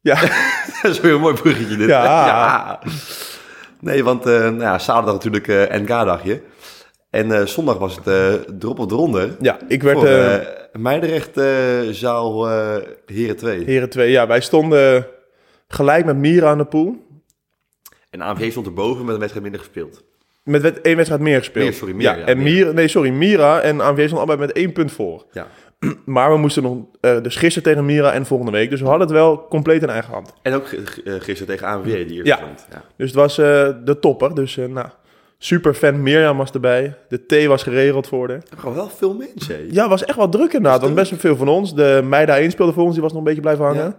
Speaker 3: Ja,
Speaker 2: Dat is weer een mooi bruggetje dit.
Speaker 3: Ja.
Speaker 2: Nee, want eh, nou ja, zaterdag natuurlijk eh, NK-dagje. En eh, zondag was het eh drop op de ronde.
Speaker 3: ja ik werd
Speaker 2: Voor,
Speaker 3: eh
Speaker 2: eh, Meidrecht eh, zaal eh, Heren 2.
Speaker 3: heren twee. Ja, wij stonden gelijk met Mira aan de pool.
Speaker 2: En AMV stond erboven met een wedstrijd minder gespeeld.
Speaker 3: Met wed- één wedstrijd meer gespeeld.
Speaker 2: Meer, sorry, meer, ja,
Speaker 3: en
Speaker 2: meer.
Speaker 3: Mira, nee, sorry, Mira en AMV stonden allebei met één punt voor.
Speaker 2: Ja.
Speaker 3: Maar we moesten nog, eh, dus gisteren tegen Mira en volgende week. Dus we hadden het wel compleet in eigen hand.
Speaker 2: En ook g- g- eh, gisteren tegen AMV die hier
Speaker 3: Ja.
Speaker 2: stond. Ja.
Speaker 3: Dus het was eh, de topper. Dus eh, nou, super fan Mirjam was erbij. De thee was geregeld voor de.
Speaker 2: Gewoon wel veel mensen. hè?
Speaker 3: Ja, het was echt wel druk inderdaad. Want best wel veel van ons. De meid daarheen speelde voor ons. Die was nog een beetje blijven hangen.
Speaker 2: Ja.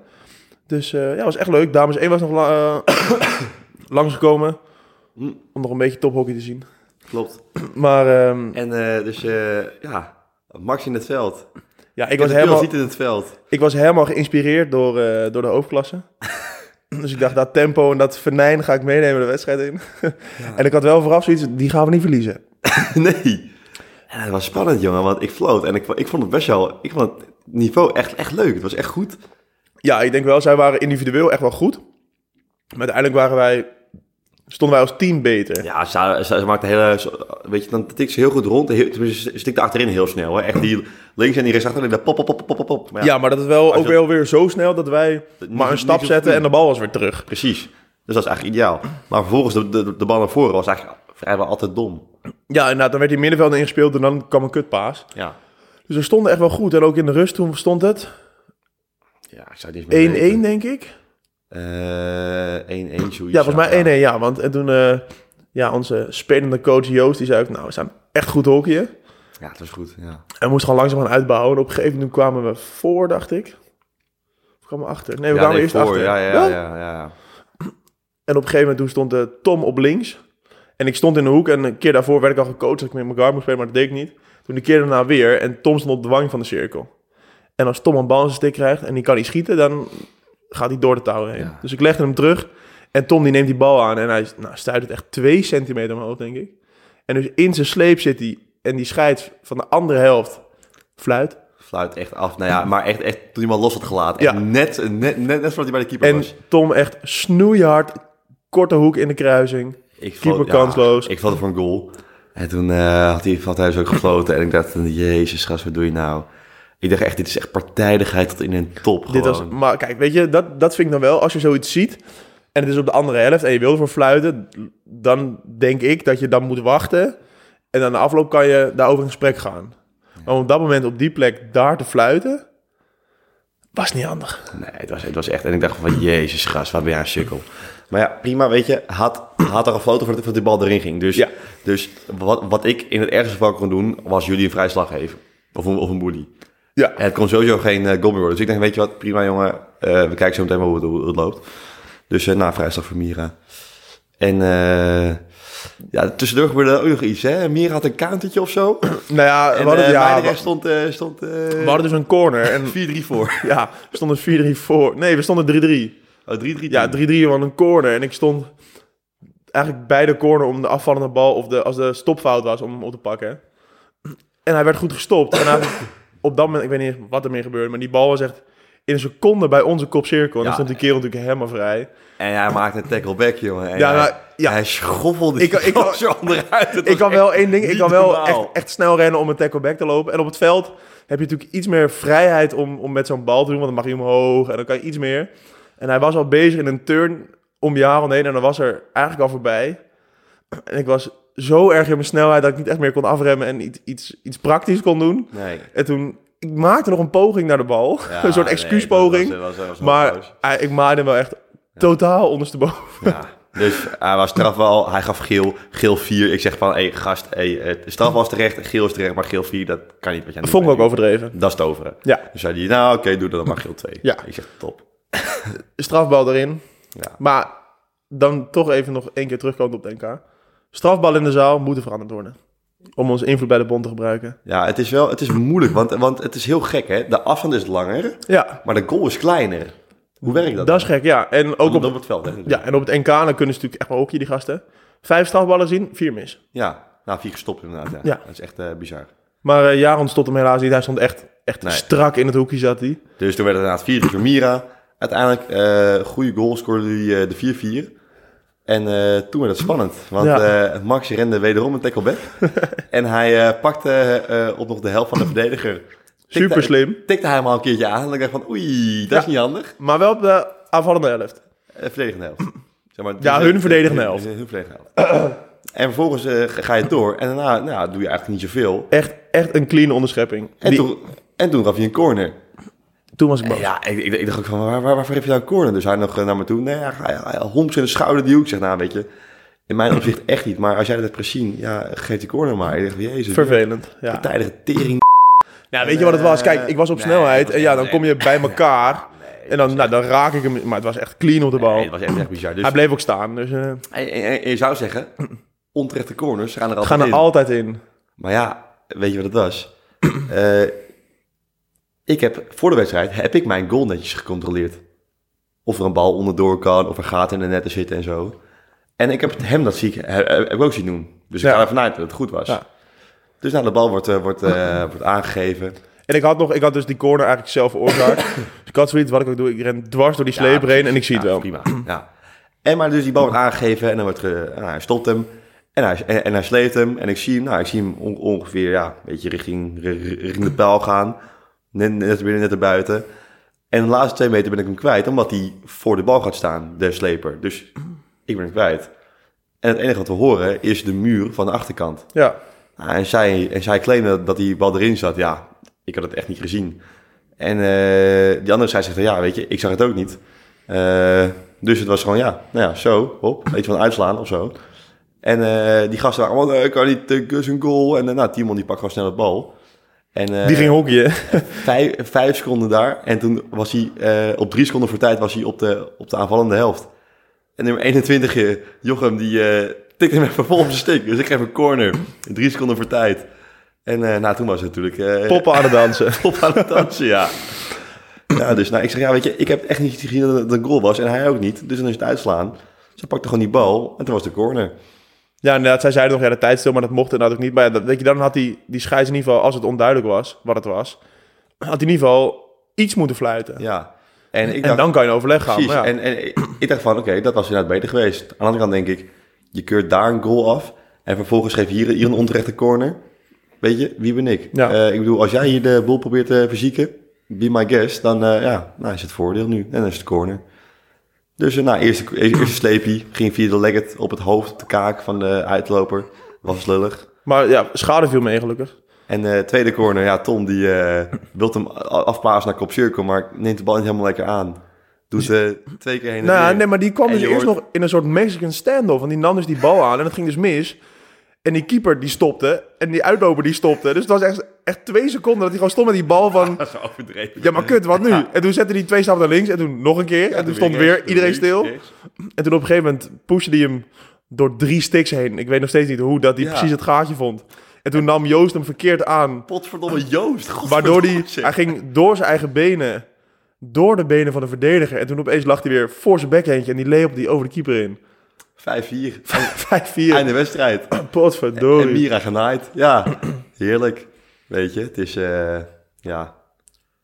Speaker 3: Dus eh, ja, het was echt leuk. Dames 1 was nog la- eh, langsgekomen. Om nog een beetje tophockey te zien.
Speaker 2: Klopt.
Speaker 3: Maar ehm,
Speaker 2: En eh, dus eh, ja, Max in het veld.
Speaker 3: ja, ik
Speaker 2: Ik was
Speaker 3: was, helemaal,
Speaker 2: niet in het veld.
Speaker 3: ik was helemaal geïnspireerd door, eh, door de hoofdklasse. dus ik dacht, dat tempo en dat venijn ga ik meenemen de wedstrijd in. En ik had wel vooraf zoiets, die gaan we niet verliezen.
Speaker 2: nee. En het was spannend, jongen, want ik floot. En ik, ik vond het best wel... Ik vond het niveau echt, echt leuk. Het was echt goed.
Speaker 3: Ja, ik denk wel, zij waren individueel echt wel goed. Maar uiteindelijk waren wij, stonden wij als team beter.
Speaker 2: Ja, ze, ze, ze maakte hele... ze- Weet je, dan tikt ze heel goed rond. Heel, tenminste, ze stikte achterin heel snel. Hè. Echt die links en die rechts achter. En dan pop, pop, pop, pop, pop, pop. Maar
Speaker 3: Ja, maar dat is wel
Speaker 2: je
Speaker 3: ook wel weer zo snel dat wij maar een
Speaker 2: niet
Speaker 3: stap
Speaker 2: veel
Speaker 3: zetten
Speaker 2: doen.
Speaker 3: en de bal was weer terug.
Speaker 2: Precies. Dus dat is eigenlijk ideaal. Maar vervolgens de, de, de bal naar voren was eigenlijk vrijwel altijd dom.
Speaker 3: Ja, inderdaad, dan werd die middenveld ingespeeld en dan kwam een kutpaas.
Speaker 2: Ja.
Speaker 3: Dus we stonden echt wel goed. En ook in de rust, toen stond het 1-1,
Speaker 2: Ja, ik zou het niet eens meer weten.
Speaker 3: denk ik.
Speaker 2: Eh, 1-1, zoiets.
Speaker 3: Ja, volgens mij 1-1, ja. Want en toen, eh, ja, onze spelende coach Joost, die zei ook, nou, we staan echt goed hockeyen.
Speaker 2: Ja, het was goed. Ja.
Speaker 3: En we moesten gewoon langzaam gaan uitbouwen. En op een gegeven moment kwamen we voor, dacht ik. Of kwamen we achter? Nee,
Speaker 2: ja,
Speaker 3: we kwamen
Speaker 2: nee,
Speaker 3: eerst
Speaker 2: voor,
Speaker 3: achter.
Speaker 2: Ja, ja,
Speaker 3: Wel?
Speaker 2: ja, ja, ja.
Speaker 3: En op een gegeven moment toen stond eh, Tom op links. En ik stond in de hoek. En een keer daarvoor werd ik al gecoacht dat ik met mijn guard moest spelen, maar dat deed ik niet. Toen de keer daarna weer. En Tom stond op de wang van de cirkel. En als Tom een bal in zijn stick krijgt en die kan niet schieten, dan gaat hij door de touw heen.
Speaker 2: Ja.
Speaker 3: Dus ik legde hem terug. En Tom die neemt die bal aan en hij nou, stuit het echt twee centimeter omhoog, denk ik. En dus in zijn sleep zit hij. En die scheidt van de andere helft fluit.
Speaker 2: Fluit echt af. Nou ja, maar echt, echt toen hij maar los had gelaten. Echt
Speaker 3: Ja.
Speaker 2: Net, net, net, net voordat hij bij de keeper
Speaker 3: En
Speaker 2: was.
Speaker 3: Tom echt snoeihard, korte hoek in de kruising.
Speaker 2: Ik
Speaker 3: keeper
Speaker 2: vond- ja,
Speaker 3: kansloos.
Speaker 2: Ik vond het voor een goal. En toen eh, had hij van thuis ook gefloten. En ik dacht, jezus gast, wat doe je nou? Ik dacht echt, dit is echt partijdigheid tot in een top
Speaker 3: Dit was,
Speaker 2: gewoon.
Speaker 3: maar kijk, weet je, dat, dat vind ik dan wel. Als je zoiets ziet en het is op de andere helft en je wil ervoor fluiten, dan denk ik dat je dan moet wachten. En aan de afloop kan je daarover in gesprek gaan. Maar om op dat moment op die plek daar te fluiten, was niet handig.
Speaker 2: Nee, het was, het was echt... En ik dacht van, jezus gast, waar ben jij een sukkel? Maar ja, prima, weet je. Had, had er een foto voordat voordat die bal erin ging. Dus,
Speaker 3: Ja.
Speaker 2: dus wat, wat ik in het ergste geval kon doen, was jullie een vrijslag geven. Of een, of een boelie.
Speaker 3: Ja,
Speaker 2: En het kon sowieso geen eh, goal meer worden. Dus ik denk, weet je wat, prima jongen. Eh, we kijken zo meteen wel hoe het, hoe het loopt. Dus eh na vrijdag voor Mira. En eh, ja, tussendoor gebeurde ook nog iets. Hè? Mira had een countertje of zo.
Speaker 3: nou ja, we
Speaker 2: En
Speaker 3: hadden,
Speaker 2: eh,
Speaker 3: ja,
Speaker 2: Meijderrecht
Speaker 3: we,
Speaker 2: stond, eh, stond eh,
Speaker 3: we hadden dus een corner en
Speaker 2: 4-3 voor.
Speaker 3: ja, we stonden 4-3 voor. Nee, we stonden 3-3.
Speaker 2: Oh, 3-3.
Speaker 3: Ja, 3-3 van een corner. En ik stond eigenlijk bij de corner om de afvallende bal, of de, als de stopfout was, om hem op te pakken. En hij werd goed gestopt. En eigenlijk op dat moment, ik weet niet wat er meer gebeurde, maar die bal was echt in een seconde bij onze kopcirkel. En dan
Speaker 2: Ja.
Speaker 3: stond die kerel natuurlijk helemaal vrij.
Speaker 2: En hij maakte een tackle back, jongen. En
Speaker 3: Ja,
Speaker 2: hij-
Speaker 3: nou, ja.
Speaker 2: Hij schoffelde
Speaker 3: Ik
Speaker 2: ik,
Speaker 3: kan- ik kan-
Speaker 2: zo onderuit. Het
Speaker 3: Ik
Speaker 2: was
Speaker 3: kan wel
Speaker 2: echt
Speaker 3: één ding, ik
Speaker 2: niet
Speaker 3: kan wel
Speaker 2: normaal.
Speaker 3: echt, echt snel rennen om een tackle back te lopen. En op het veld heb je natuurlijk iets meer vrijheid om, om met zo'n bal te doen, want dan mag je omhoog en dan kan je iets meer. En hij was al bezig in een turn om Jaron heen en dan was er eigenlijk al voorbij. En ik was zo erg in mijn snelheid dat ik niet echt meer kon afremmen en iets, iets, iets praktisch kon doen.
Speaker 2: Nee.
Speaker 3: En toen, ik maakte nog een poging naar de bal,
Speaker 2: Ja,
Speaker 3: een soort
Speaker 2: nee,
Speaker 3: excuuspoging.
Speaker 2: dat was- dat was- dat was hopeloos.
Speaker 3: maar hij- ik maakte hem wel echt totaal ondersteboven.
Speaker 2: Ja, dus hij was strafbal, hij gaf geel, geel 4. Ik zeg van, hé hey, gast, hey, eh, strafbal is terecht, geel is terecht, maar geel 4, dat kan niet wat jij
Speaker 3: Dat
Speaker 2: doet.
Speaker 3: vond ik ook
Speaker 2: weet je.
Speaker 3: overdreven.
Speaker 2: Dat is toveren.
Speaker 3: Ja.
Speaker 2: Dus zei hij, nou oké, doe dat dan maar geel 2.
Speaker 3: Ja.
Speaker 2: Ik zeg, top.
Speaker 3: strafbal erin.
Speaker 2: Ja.
Speaker 3: Maar dan toch even nog één keer terugkomen op de NK. Strafballen in de zaal moeten veranderd worden. Om ons invloed bij de bond te gebruiken.
Speaker 2: Ja, het is wel het is moeilijk, want, want het is heel gek, hè? De afstand is langer,
Speaker 3: Ja,
Speaker 2: maar de goal is kleiner. Hoe werkt dat?
Speaker 3: dat is gek, ja. En ook
Speaker 2: op,
Speaker 3: op,
Speaker 2: op het veld, hè?
Speaker 3: ja, en op het NK dan kunnen ze natuurlijk echt wel hokje, die gasten. Vijf strafballen zien, vier mis.
Speaker 2: Ja, nou, vier gestopt inderdaad. Ja.
Speaker 3: Ja.
Speaker 2: Dat is echt eh, bizar.
Speaker 3: Maar eh Jaron stond hem helaas niet. Hij stond echt, echt
Speaker 2: Nee.
Speaker 3: strak in het hoekje, zat hij.
Speaker 2: Dus toen werd het inderdaad 4 door Mira. Uiteindelijk, eh goede goal scoorde hij eh, de 4-4. En eh, toen werd het spannend, want
Speaker 3: Ja.
Speaker 2: eh, Max rende wederom een tackle back. en hij eh, pakte eh, op nog de helft van de verdediger. Tikte-
Speaker 3: Super slim.
Speaker 2: Tikte hij hem al een keertje aan en ik dacht van, oei, dat is
Speaker 3: Ja.
Speaker 2: niet handig.
Speaker 3: Maar wel op de aanvallende helft.
Speaker 2: Eh, verdedigende helft. Zeg maar,
Speaker 3: Ja,
Speaker 2: dus-
Speaker 3: hun verdedigende
Speaker 2: hun-
Speaker 3: helft.
Speaker 2: Hun, verdedigende helft. en vervolgens eh, ga je door en daarna nou, ja, doe je eigenlijk niet zoveel.
Speaker 3: Echt, echt een clean onderschepping.
Speaker 2: En,
Speaker 3: Die-
Speaker 2: toen, en toen gaf hij een corner.
Speaker 3: toen was ik boos.
Speaker 2: Ja, ik, ik, ik dacht ook van, waar, waar, waarvoor heb je nou een corner? Dus hij nog eh, naar me toe, nee, hij, hij, hij homst in de schouder die hoek. Ik zeg, nou, weet je, in mijn opzicht echt niet. Maar als jij dat hebt gezien, ja, geef die corner maar. Ik dacht, jezus,
Speaker 3: Vervelend. Ja.
Speaker 2: tijdige tering.
Speaker 3: ja, weet je wat het was? Kijk, ik was op
Speaker 2: Nee,
Speaker 3: snelheid.
Speaker 2: dat
Speaker 3: En ja, dan kom je bij elkaar. En dan, nou, dan raak ik hem. Maar het was echt clean op de bal.
Speaker 2: Nee, dat was echt, echt bizar. Dus,
Speaker 3: Hij bleef ook staan. Dus eh
Speaker 2: en, en- en je zou zeggen, onterechte corners gaan er altijd
Speaker 3: gaan er
Speaker 2: in.
Speaker 3: altijd in.
Speaker 2: Maar ja, weet je wat het was? Eh, ik heb, voor de wedstrijd, heb ik mijn goal netjes gecontroleerd. Of er een bal onderdoor kan, of er gaten in de netten zitten en zo. En ik heb het hem dat zie ik, heb, heb ik ook zien doen. Dus ik
Speaker 3: Ja.
Speaker 2: ga ervan uit dat het goed was.
Speaker 3: Ja.
Speaker 2: Dus nou, de bal wordt, eh, wordt, eh, wordt aangegeven.
Speaker 3: En ik had, nog, ik had dus die corner eigenlijk zelf veroorzaakt. dus ik had zoiets, wat ik ook doe, ik ren dwars door die sleep heen en ik zie het
Speaker 2: Ja,
Speaker 3: wel.
Speaker 2: Prima, ja. En maar dus die bal wordt aangegeven en dan wordt ge, nou, hij stopt hem. En hij, en, en hij sleept hem. En ik zie hem, nou, ik zie hem on- ongeveer, ja, een beetje richting, ri- ri- richting de pijl gaan. Net, net binnen, net erbuiten. En de laatste twee meter ben ik hem kwijt, omdat hij voor de bal gaat staan, de sleper. Dus ik ben hem kwijt. En het enige wat we horen is de muur van de achterkant.
Speaker 3: Ja,
Speaker 2: Nou, en, zij, en zij claimde dat die bal erin zat. Ja, ik had het echt niet gezien. En eh, die andere zij zegt, ja, weet je, ik zag het ook niet. Eh, dus het was gewoon, ja, nou ja, zo, hop, iets van uitslaan of zo. En eh, die gasten waren, oh, nee, kan niet, eh, is een goal. En eh, nou, Timon die pakt gewoon snel de bal. En, eh,
Speaker 3: die ging hockeyen.
Speaker 2: vijf, vijf seconden daar. En toen was hij eh, op drie seconden voor tijd was hij op de, op de aanvallende helft. En nummer 21, eh, Jochem, die eh, tikte hem even vol op zijn stick. Dus ik geef een corner. Drie seconden voor tijd. En eh, nou, toen was het natuurlijk... eh
Speaker 3: Poppen aan het dansen.
Speaker 2: pop aan het dansen, ja. Ja, dus nou, ik zeg, ja, weet je, ik heb echt niet gezien dat het een goal was. En hij ook niet. Dus dan is het uitslaan. Ze pakte gewoon die bal. En toen was de corner.
Speaker 3: Ja, inderdaad, zij zeiden nog, ja, de tijd stil, maar dat mocht inderdaad ook niet. Maar ja, dat, weet je, dan had die, die scheids in ieder geval, als het onduidelijk was, wat het was, had hij in ieder geval iets moeten fluiten.
Speaker 2: Ja. En ik
Speaker 3: en
Speaker 2: dacht,
Speaker 3: dan kan je in overleg gaan.
Speaker 2: Precies.
Speaker 3: maar ja.
Speaker 2: En, en ik- ik dacht van, oké, dat was inderdaad beter geweest. Aan de andere kant denk ik, je keurt daar een goal af. En vervolgens geef je hier, hier een onterechte corner. Weet je, wie ben ik?
Speaker 3: Ja.
Speaker 2: Eh, ik bedoel, als jij hier de boel probeert te verzieken, be my guest, dan eh, ja, nou, is het voordeel nu. En dan is het corner. Dus eh, nou, eerste, eerste sleepie ging via de legget op het hoofd, de kaak van de uitloper. Was lullig.
Speaker 3: Maar ja, schade viel mee gelukkig.
Speaker 2: En eh, tweede corner, ja, Tom die eh wil hem a- afpassen naar kopcirkel, maar neemt de bal niet helemaal lekker aan. Doet eh twee keer heen en
Speaker 3: Dus- Nou,
Speaker 2: weer.
Speaker 3: nee, maar die kwam
Speaker 2: En
Speaker 3: dus
Speaker 2: je
Speaker 3: eerst
Speaker 2: hoort-
Speaker 3: nog in een soort Mexican standoff. Want die nam dus die bal aan en dat ging dus mis. En die keeper die stopte. En die uitloper die stopte. Dus het was echt, echt twee seconden dat hij gewoon stond met die bal van...
Speaker 2: is overdreven.
Speaker 3: Ja, maar kut, wat nu? En toen zette hij twee stappen naar links. En toen nog een keer. en toen stond weer iedereen stil. En toen op een gegeven moment pushte hij hem door drie sticks heen. Ik weet nog steeds niet hoe dat hij
Speaker 2: Ja.
Speaker 3: precies het gaatje vond. En toen nam Joost hem verkeerd aan.
Speaker 2: Potverdomme Joost.
Speaker 3: Waardoor die,
Speaker 2: godverdomme.
Speaker 3: hij ging door zijn eigen benen, door de benen van de verdediger. En toen opeens lag hij weer voor zijn bekheentje en die leep die over de keeper in.
Speaker 2: 5-4.
Speaker 3: 5-4.
Speaker 2: Einde wedstrijd.
Speaker 3: Oh,
Speaker 2: En
Speaker 3: Potverdorie.
Speaker 2: Mira genaaid. Ja, heerlijk. Weet je, het is... eh, ja,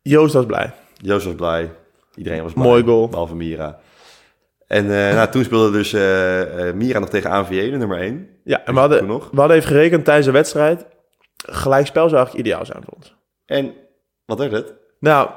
Speaker 3: Joost was blij.
Speaker 2: Joost was blij. Iedereen was blij.
Speaker 3: Mooi goal.
Speaker 2: Behalve Mira. En eh, nou, toen speelde dus eh, eh, Mira nog tegen ANVJ, de nummer 1.
Speaker 3: Ja, en we hadden,
Speaker 2: Toen nog?
Speaker 3: we hadden even gerekend tijdens de wedstrijd. Gelijkspel zou eigenlijk ideaal zijn voor ons.
Speaker 2: En wat werd het? 4-4.
Speaker 3: Nou,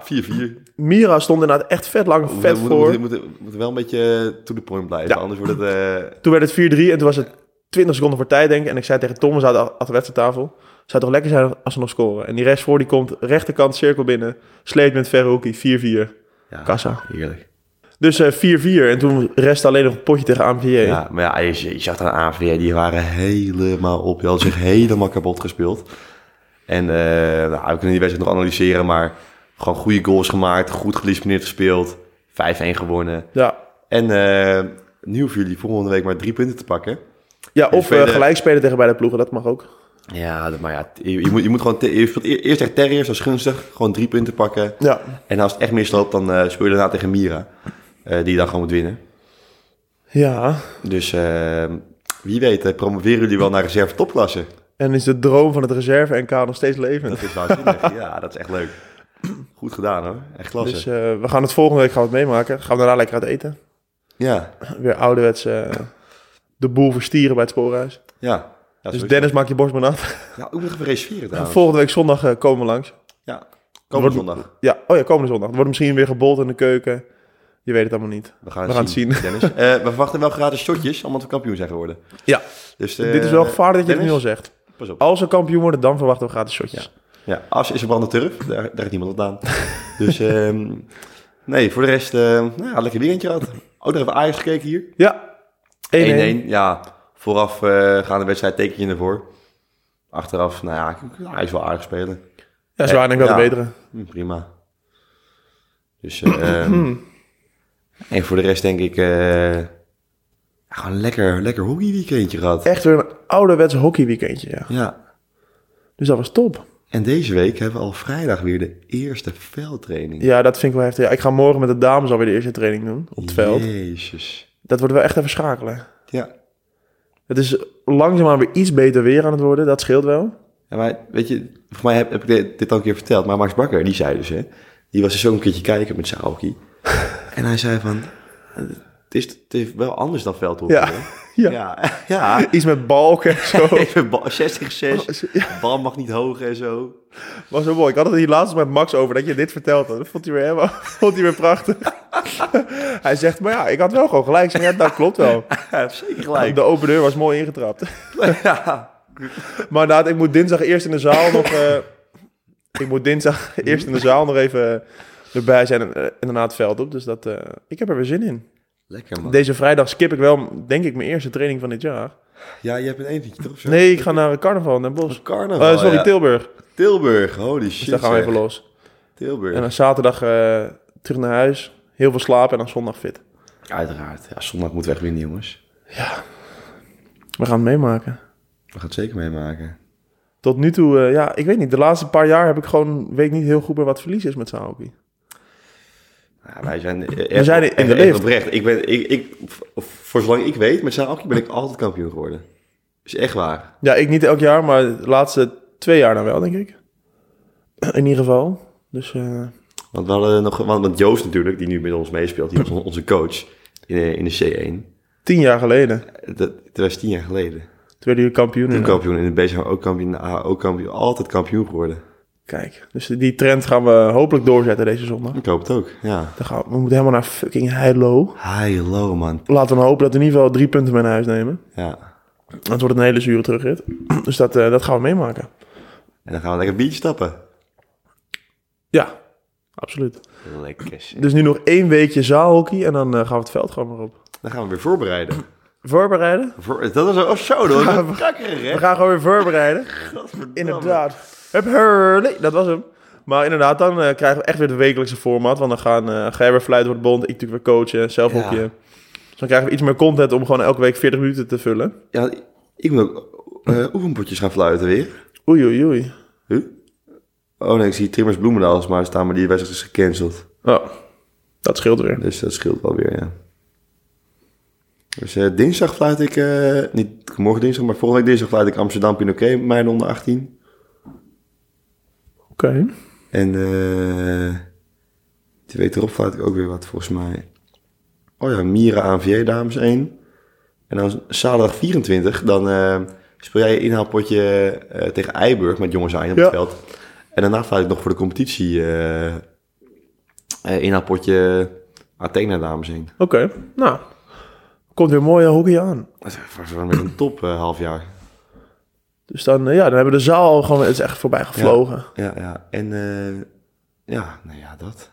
Speaker 3: Mira stond inderdaad echt vet lang,
Speaker 2: We
Speaker 3: vet
Speaker 2: moeten-
Speaker 3: voor.
Speaker 2: moeten- moeten- moeten wel een beetje eh, to the point blijven,
Speaker 3: Ja.
Speaker 2: anders wordt het... eh,
Speaker 3: Toen werd het 4-3 en toen was het 20 seconden voor tijd, denk ik. En ik zei tegen Tom, we zaten aan de wedstrijdtafel. Zou het toch lekker zijn als ze nog scoren? En die rest voor die komt, rechterkant, cirkel binnen. Sleept met verre hoekie, 4-4.
Speaker 2: ja,
Speaker 3: Kassa.
Speaker 2: heerlijk.
Speaker 3: Dus eh, 4-4. En toen restte alleen nog een potje tegen AMVJ.
Speaker 2: Ja, maar ja, je, je zag dan AVR, die waren helemaal op. Die hadden zich helemaal kapot gespeeld. En eh, nou, we kunnen die wedstrijd nog analyseren, maar gewoon goede goals gemaakt, goed gedisciplineerd gespeeld, 5-1 gewonnen.
Speaker 3: Ja.
Speaker 2: En eh nu hoeven jullie volgende week maar drie punten te pakken.
Speaker 3: Ja, of eh,
Speaker 2: spelen-
Speaker 3: gelijk spelen tegen beide ploegen, dat mag ook.
Speaker 2: Ja, dat- maar ja, je, je moet, je moet gewoon... te- je speelt e- eerst tegen Terriers, dat is gunstig. Gewoon drie punten pakken.
Speaker 3: Ja.
Speaker 2: En als het echt misloopt, dan eh, speel je daarna tegen Mira. eh, die je dan gewoon moet winnen.
Speaker 3: Ja.
Speaker 2: Dus eh, wie weet eh, promoveren jullie wel naar reserve topklasse.
Speaker 3: En is de droom van het reserve NK nog steeds levend.
Speaker 2: Dat is waanzinnig. ja, dat is echt leuk. Goed gedaan hoor. Echt klasse.
Speaker 3: Dus eh, we gaan het volgende week gaan we het meemaken. Gaan we daarna lekker uit eten.
Speaker 2: ja,
Speaker 3: Weer ouderwets eh, de boel verstieren bij het spoorhuis.
Speaker 2: ja. ja
Speaker 3: Dus
Speaker 2: sowieso.
Speaker 3: Dennis, maak je borst maar nat.
Speaker 2: Ja, ook nog even reserveren trouwens.
Speaker 3: Volgende week zondag eh, komen we langs.
Speaker 2: Ja, komende
Speaker 3: Wordt-
Speaker 2: zondag.
Speaker 3: Ja, oh ja, komende zondag. Er wordt misschien weer gebold in de keuken. Je weet het allemaal niet.
Speaker 2: We gaan,
Speaker 3: We gaan het zien.
Speaker 2: Dennis. Eh, we verwachten wel gratis shotjes, omdat we kampioen zijn geworden.
Speaker 3: Ja,
Speaker 2: Dus,
Speaker 3: dit is wel gevaarlijk dat je het
Speaker 2: Dennis,
Speaker 3: nu al zegt.
Speaker 2: Pas op.
Speaker 3: Als we kampioen worden, dan verwachten we gratis shotjes.
Speaker 2: Ja, as is een brandende turf. Daar, daar heeft niemand wat aan. dus ehm, nee, voor de rest, eh nou, ja, lekker weekendje gehad. Ook nog even Ajax gekeken hier.
Speaker 3: Ja, 1-1.
Speaker 2: 1-1. Ja, vooraf eh gaan de wedstrijd teken je ervoor. Achteraf, nou ja, hij is wel aardig spelen.
Speaker 3: Ja, ze waren denk ik wel
Speaker 2: Ja.
Speaker 3: de betere.
Speaker 2: Hm, prima. Dus, eh, ehm, en voor de rest denk ik, eh, ja, gewoon een lekker, lekker hockeyweekendje gehad.
Speaker 3: Echt weer een ouderwets hockeyweekendje, ja.
Speaker 2: Ja,
Speaker 3: Dus dat was top.
Speaker 2: en deze week hebben we al vrijdag weer de eerste veldtraining.
Speaker 3: Ja, dat vind ik wel heftig. Ja, ik ga morgen met de dames alweer de eerste training doen op het veld.
Speaker 2: Jezus.
Speaker 3: Dat wordt wel echt even schakelen.
Speaker 2: Ja.
Speaker 3: Het is langzaamaan weer iets beter weer aan het worden. Dat scheelt wel.
Speaker 2: Ja, maar weet je, voor mij heb, heb ik dit, dit al een keer verteld, maar Max Bakker, die zei dus, hè, die was dus ook een keertje kijken met zijn hockey. en hij zei van, het is, het is wel anders dan veldhockey.
Speaker 3: Ja.
Speaker 2: hè?
Speaker 3: Ja.
Speaker 2: ja. ja.
Speaker 3: Iets met balken en zo.
Speaker 2: Even bal- 60-6,
Speaker 3: Oh, Ja.
Speaker 2: bal mag niet hoog en zo.
Speaker 3: Was zo mooi. Ik had het hier laatst met Max over dat je dit verteld had. Dat vond hij weer helemaal vond hij weer prachtig. hij zegt, maar ja, ik had wel gewoon gelijk. Ik zeg, ja, dat klopt wel.
Speaker 2: Hij heeft zeker gelijk.
Speaker 3: De open deur was mooi ingetrapt.
Speaker 2: ja.
Speaker 3: Maar inderdaad, ik moet dinsdag eerst in de zaal nog... eh, ik moet dinsdag eerst in de zaal nog even eh, erbij zijn en, eh, en daarna het veld op. Dus dat, eh, ik heb er weer zin in.
Speaker 2: Lekker man.
Speaker 3: Deze vrijdag skip ik wel, denk ik, mijn eerste training van dit jaar.
Speaker 2: Ja, je hebt een eventje toch? Zo?
Speaker 3: Nee, ik ga naar een carnaval in Den Bosch.
Speaker 2: Carnaval,
Speaker 3: Eh, sorry,
Speaker 2: ja.
Speaker 3: Tilburg.
Speaker 2: Tilburg, holy shit.
Speaker 3: Dus daar gaan we
Speaker 2: zeg.
Speaker 3: even los.
Speaker 2: Tilburg.
Speaker 3: En dan zaterdag eh, terug naar huis. Heel veel slapen en dan zondag fit.
Speaker 2: Uiteraard. Ja, zondag moeten we echt winnen, jongens.
Speaker 3: We gaan het meemaken.
Speaker 2: We gaan het zeker meemaken.
Speaker 3: Tot nu toe, eh, ja, ik weet niet. De laatste paar jaar heb ik gewoon, weet ik niet heel goed meer wat verlies is met zaalhockey.
Speaker 2: Ja, Nou, wij zijn, e-,
Speaker 3: We zijn in de lift.
Speaker 2: oprecht. Ik ben, ik, ik, voor zolang ik weet, met Saakje ben ik altijd kampioen geworden. Is echt waar.
Speaker 3: Ja, ik niet elk jaar, maar de laatste twee jaar dan wel, denk ik. In ieder geval. Dus eh,
Speaker 2: Want we hadden nog, want, want Joost natuurlijk, die nu met ons meespeelt, die was on- onze coach in, de- in de C1.
Speaker 3: tien jaar geleden. Toen
Speaker 2: Dat, dat was tien jaar geleden.
Speaker 3: werden jullie kampioen.
Speaker 2: Toen
Speaker 3: in-
Speaker 2: kampioen in de B zijn we ook kampioen, in de A ook kampioen, altijd kampioen geworden.
Speaker 3: Kijk, dus die trend gaan we hopelijk doorzetten deze zondag.
Speaker 2: Ik hoop het ook, ja.
Speaker 3: Dan gaan we, we moeten helemaal naar fucking Heilo.
Speaker 2: Hallo man.
Speaker 3: Laten we dan hopen dat we in ieder geval drie punten mee naar huis nemen.
Speaker 2: Ja.
Speaker 3: Dat wordt een hele zure terugrit. Dus dat, eh, dat gaan we meemaken.
Speaker 2: En dan gaan we lekker biertje stappen.
Speaker 3: Ja, absoluut.
Speaker 2: Lekker. zeg.
Speaker 3: Dus nu nog één weekje zaalhockey en dan eh, gaan we het veld gewoon maar op.
Speaker 2: Dan gaan we weer voorbereiden.
Speaker 3: Voorbereiden?
Speaker 2: Voor, dat is oh zo, dat was een kakkerige, hè?
Speaker 3: We gaan gewoon weer voorbereiden.
Speaker 2: Gadverdamme.
Speaker 3: Inderdaad. Hup, hurley. Dat was hem. Maar inderdaad, dan eh, krijgen we echt weer de wekelijkse format. Want dan gaan, eh ga jij weer fluiten voor de bond, ik natuurlijk weer coachen, zelf
Speaker 2: Ja.
Speaker 3: hockeyen. Dus dan krijgen we iets meer content om gewoon elke week 40 minuten te vullen.
Speaker 2: Ja, ik moet ook eh, oefenpotjes gaan fluiten weer.
Speaker 3: Oei, oei, oei.
Speaker 2: Huh? Oh nee, ik zie Trimmers Bloemendaal als maar staan, maar die wedstrijd is gecanceld.
Speaker 3: Oh, dat scheelt weer.
Speaker 2: Dus dat scheelt wel weer, ja. Dus eh, dinsdag fluit ik, eh, niet morgen dinsdag, maar volgende week dinsdag fluit ik Amsterdam Pinoké, mijn onder 18.
Speaker 3: Oké.
Speaker 2: En eh die week erop fluit ik ook weer wat, volgens mij. Oh ja, Mira ANV, dames 1. En dan zaterdag 24, dan eh, speel jij je inhaalpotje eh, tegen Eiburg met jongens aan op
Speaker 3: Ja.
Speaker 2: het veld. En daarna fluit ik nog voor de competitie eh, eh, inhaalpotje Athena, dames 1.
Speaker 3: Oké, nou. Komt weer mooie hockey aan.
Speaker 2: Dat was wel weer een top eh, half jaar.
Speaker 3: Dus dan, eh, ja, dan hebben we de zaal gewoon, het is echt voorbij gevlogen. Ja.
Speaker 2: Ja, ja. En eh, ja, nou ja, dat.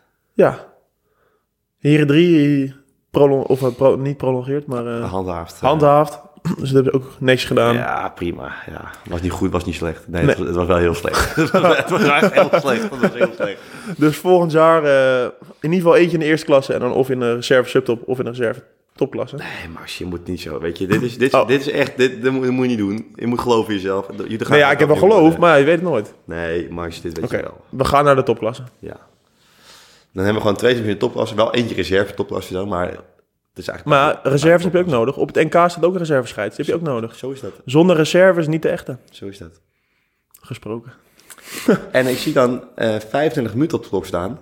Speaker 3: Heren drie, prolong, of eh, pro- niet prolongeerd, maar eh
Speaker 2: Handhaafd. eh,
Speaker 3: handhaafd. Dus dat hebben ze ook niks gedaan.
Speaker 2: Ja, prima. Ja. Was niet goed, was niet slecht. Nee,
Speaker 3: Nee.
Speaker 2: Het, was, het was wel heel slecht. het was echt heel slecht. Het was heel slecht.
Speaker 3: Dus volgend jaar eh, in ieder geval eentje in de eerste klasse en dan of in de reserve subtop of in de reserve topklasse.
Speaker 2: Nee, maar je moet niet zo. Weet je, dit is, dit, is-
Speaker 3: Oh.
Speaker 2: dit is echt. Dit, dit, moet, dit moet je niet doen. Je moet geloven in jezelf. Je- er gaat-
Speaker 3: nee, ja, ik heb wel geloof, maar ja, je weet het nooit.
Speaker 2: Nee, Marsje, dit weet
Speaker 3: Oké,
Speaker 2: je wel.
Speaker 3: we gaan naar de topklasse.
Speaker 2: Ja. Dan hebben we gewoon twee teams in de topklasse. Wel eentje reserve topklasse dan, maar het is eigenlijk...
Speaker 3: Maar reserves heb je ook nodig. Op het NK staat ook een reservescheids. Die heb je ook nodig.
Speaker 2: Zo is dat.
Speaker 3: Zonder reserves niet de echte.
Speaker 2: Zo is dat.
Speaker 3: Gesproken.
Speaker 2: En ik zie dan eh 25 minuten op de klok staan.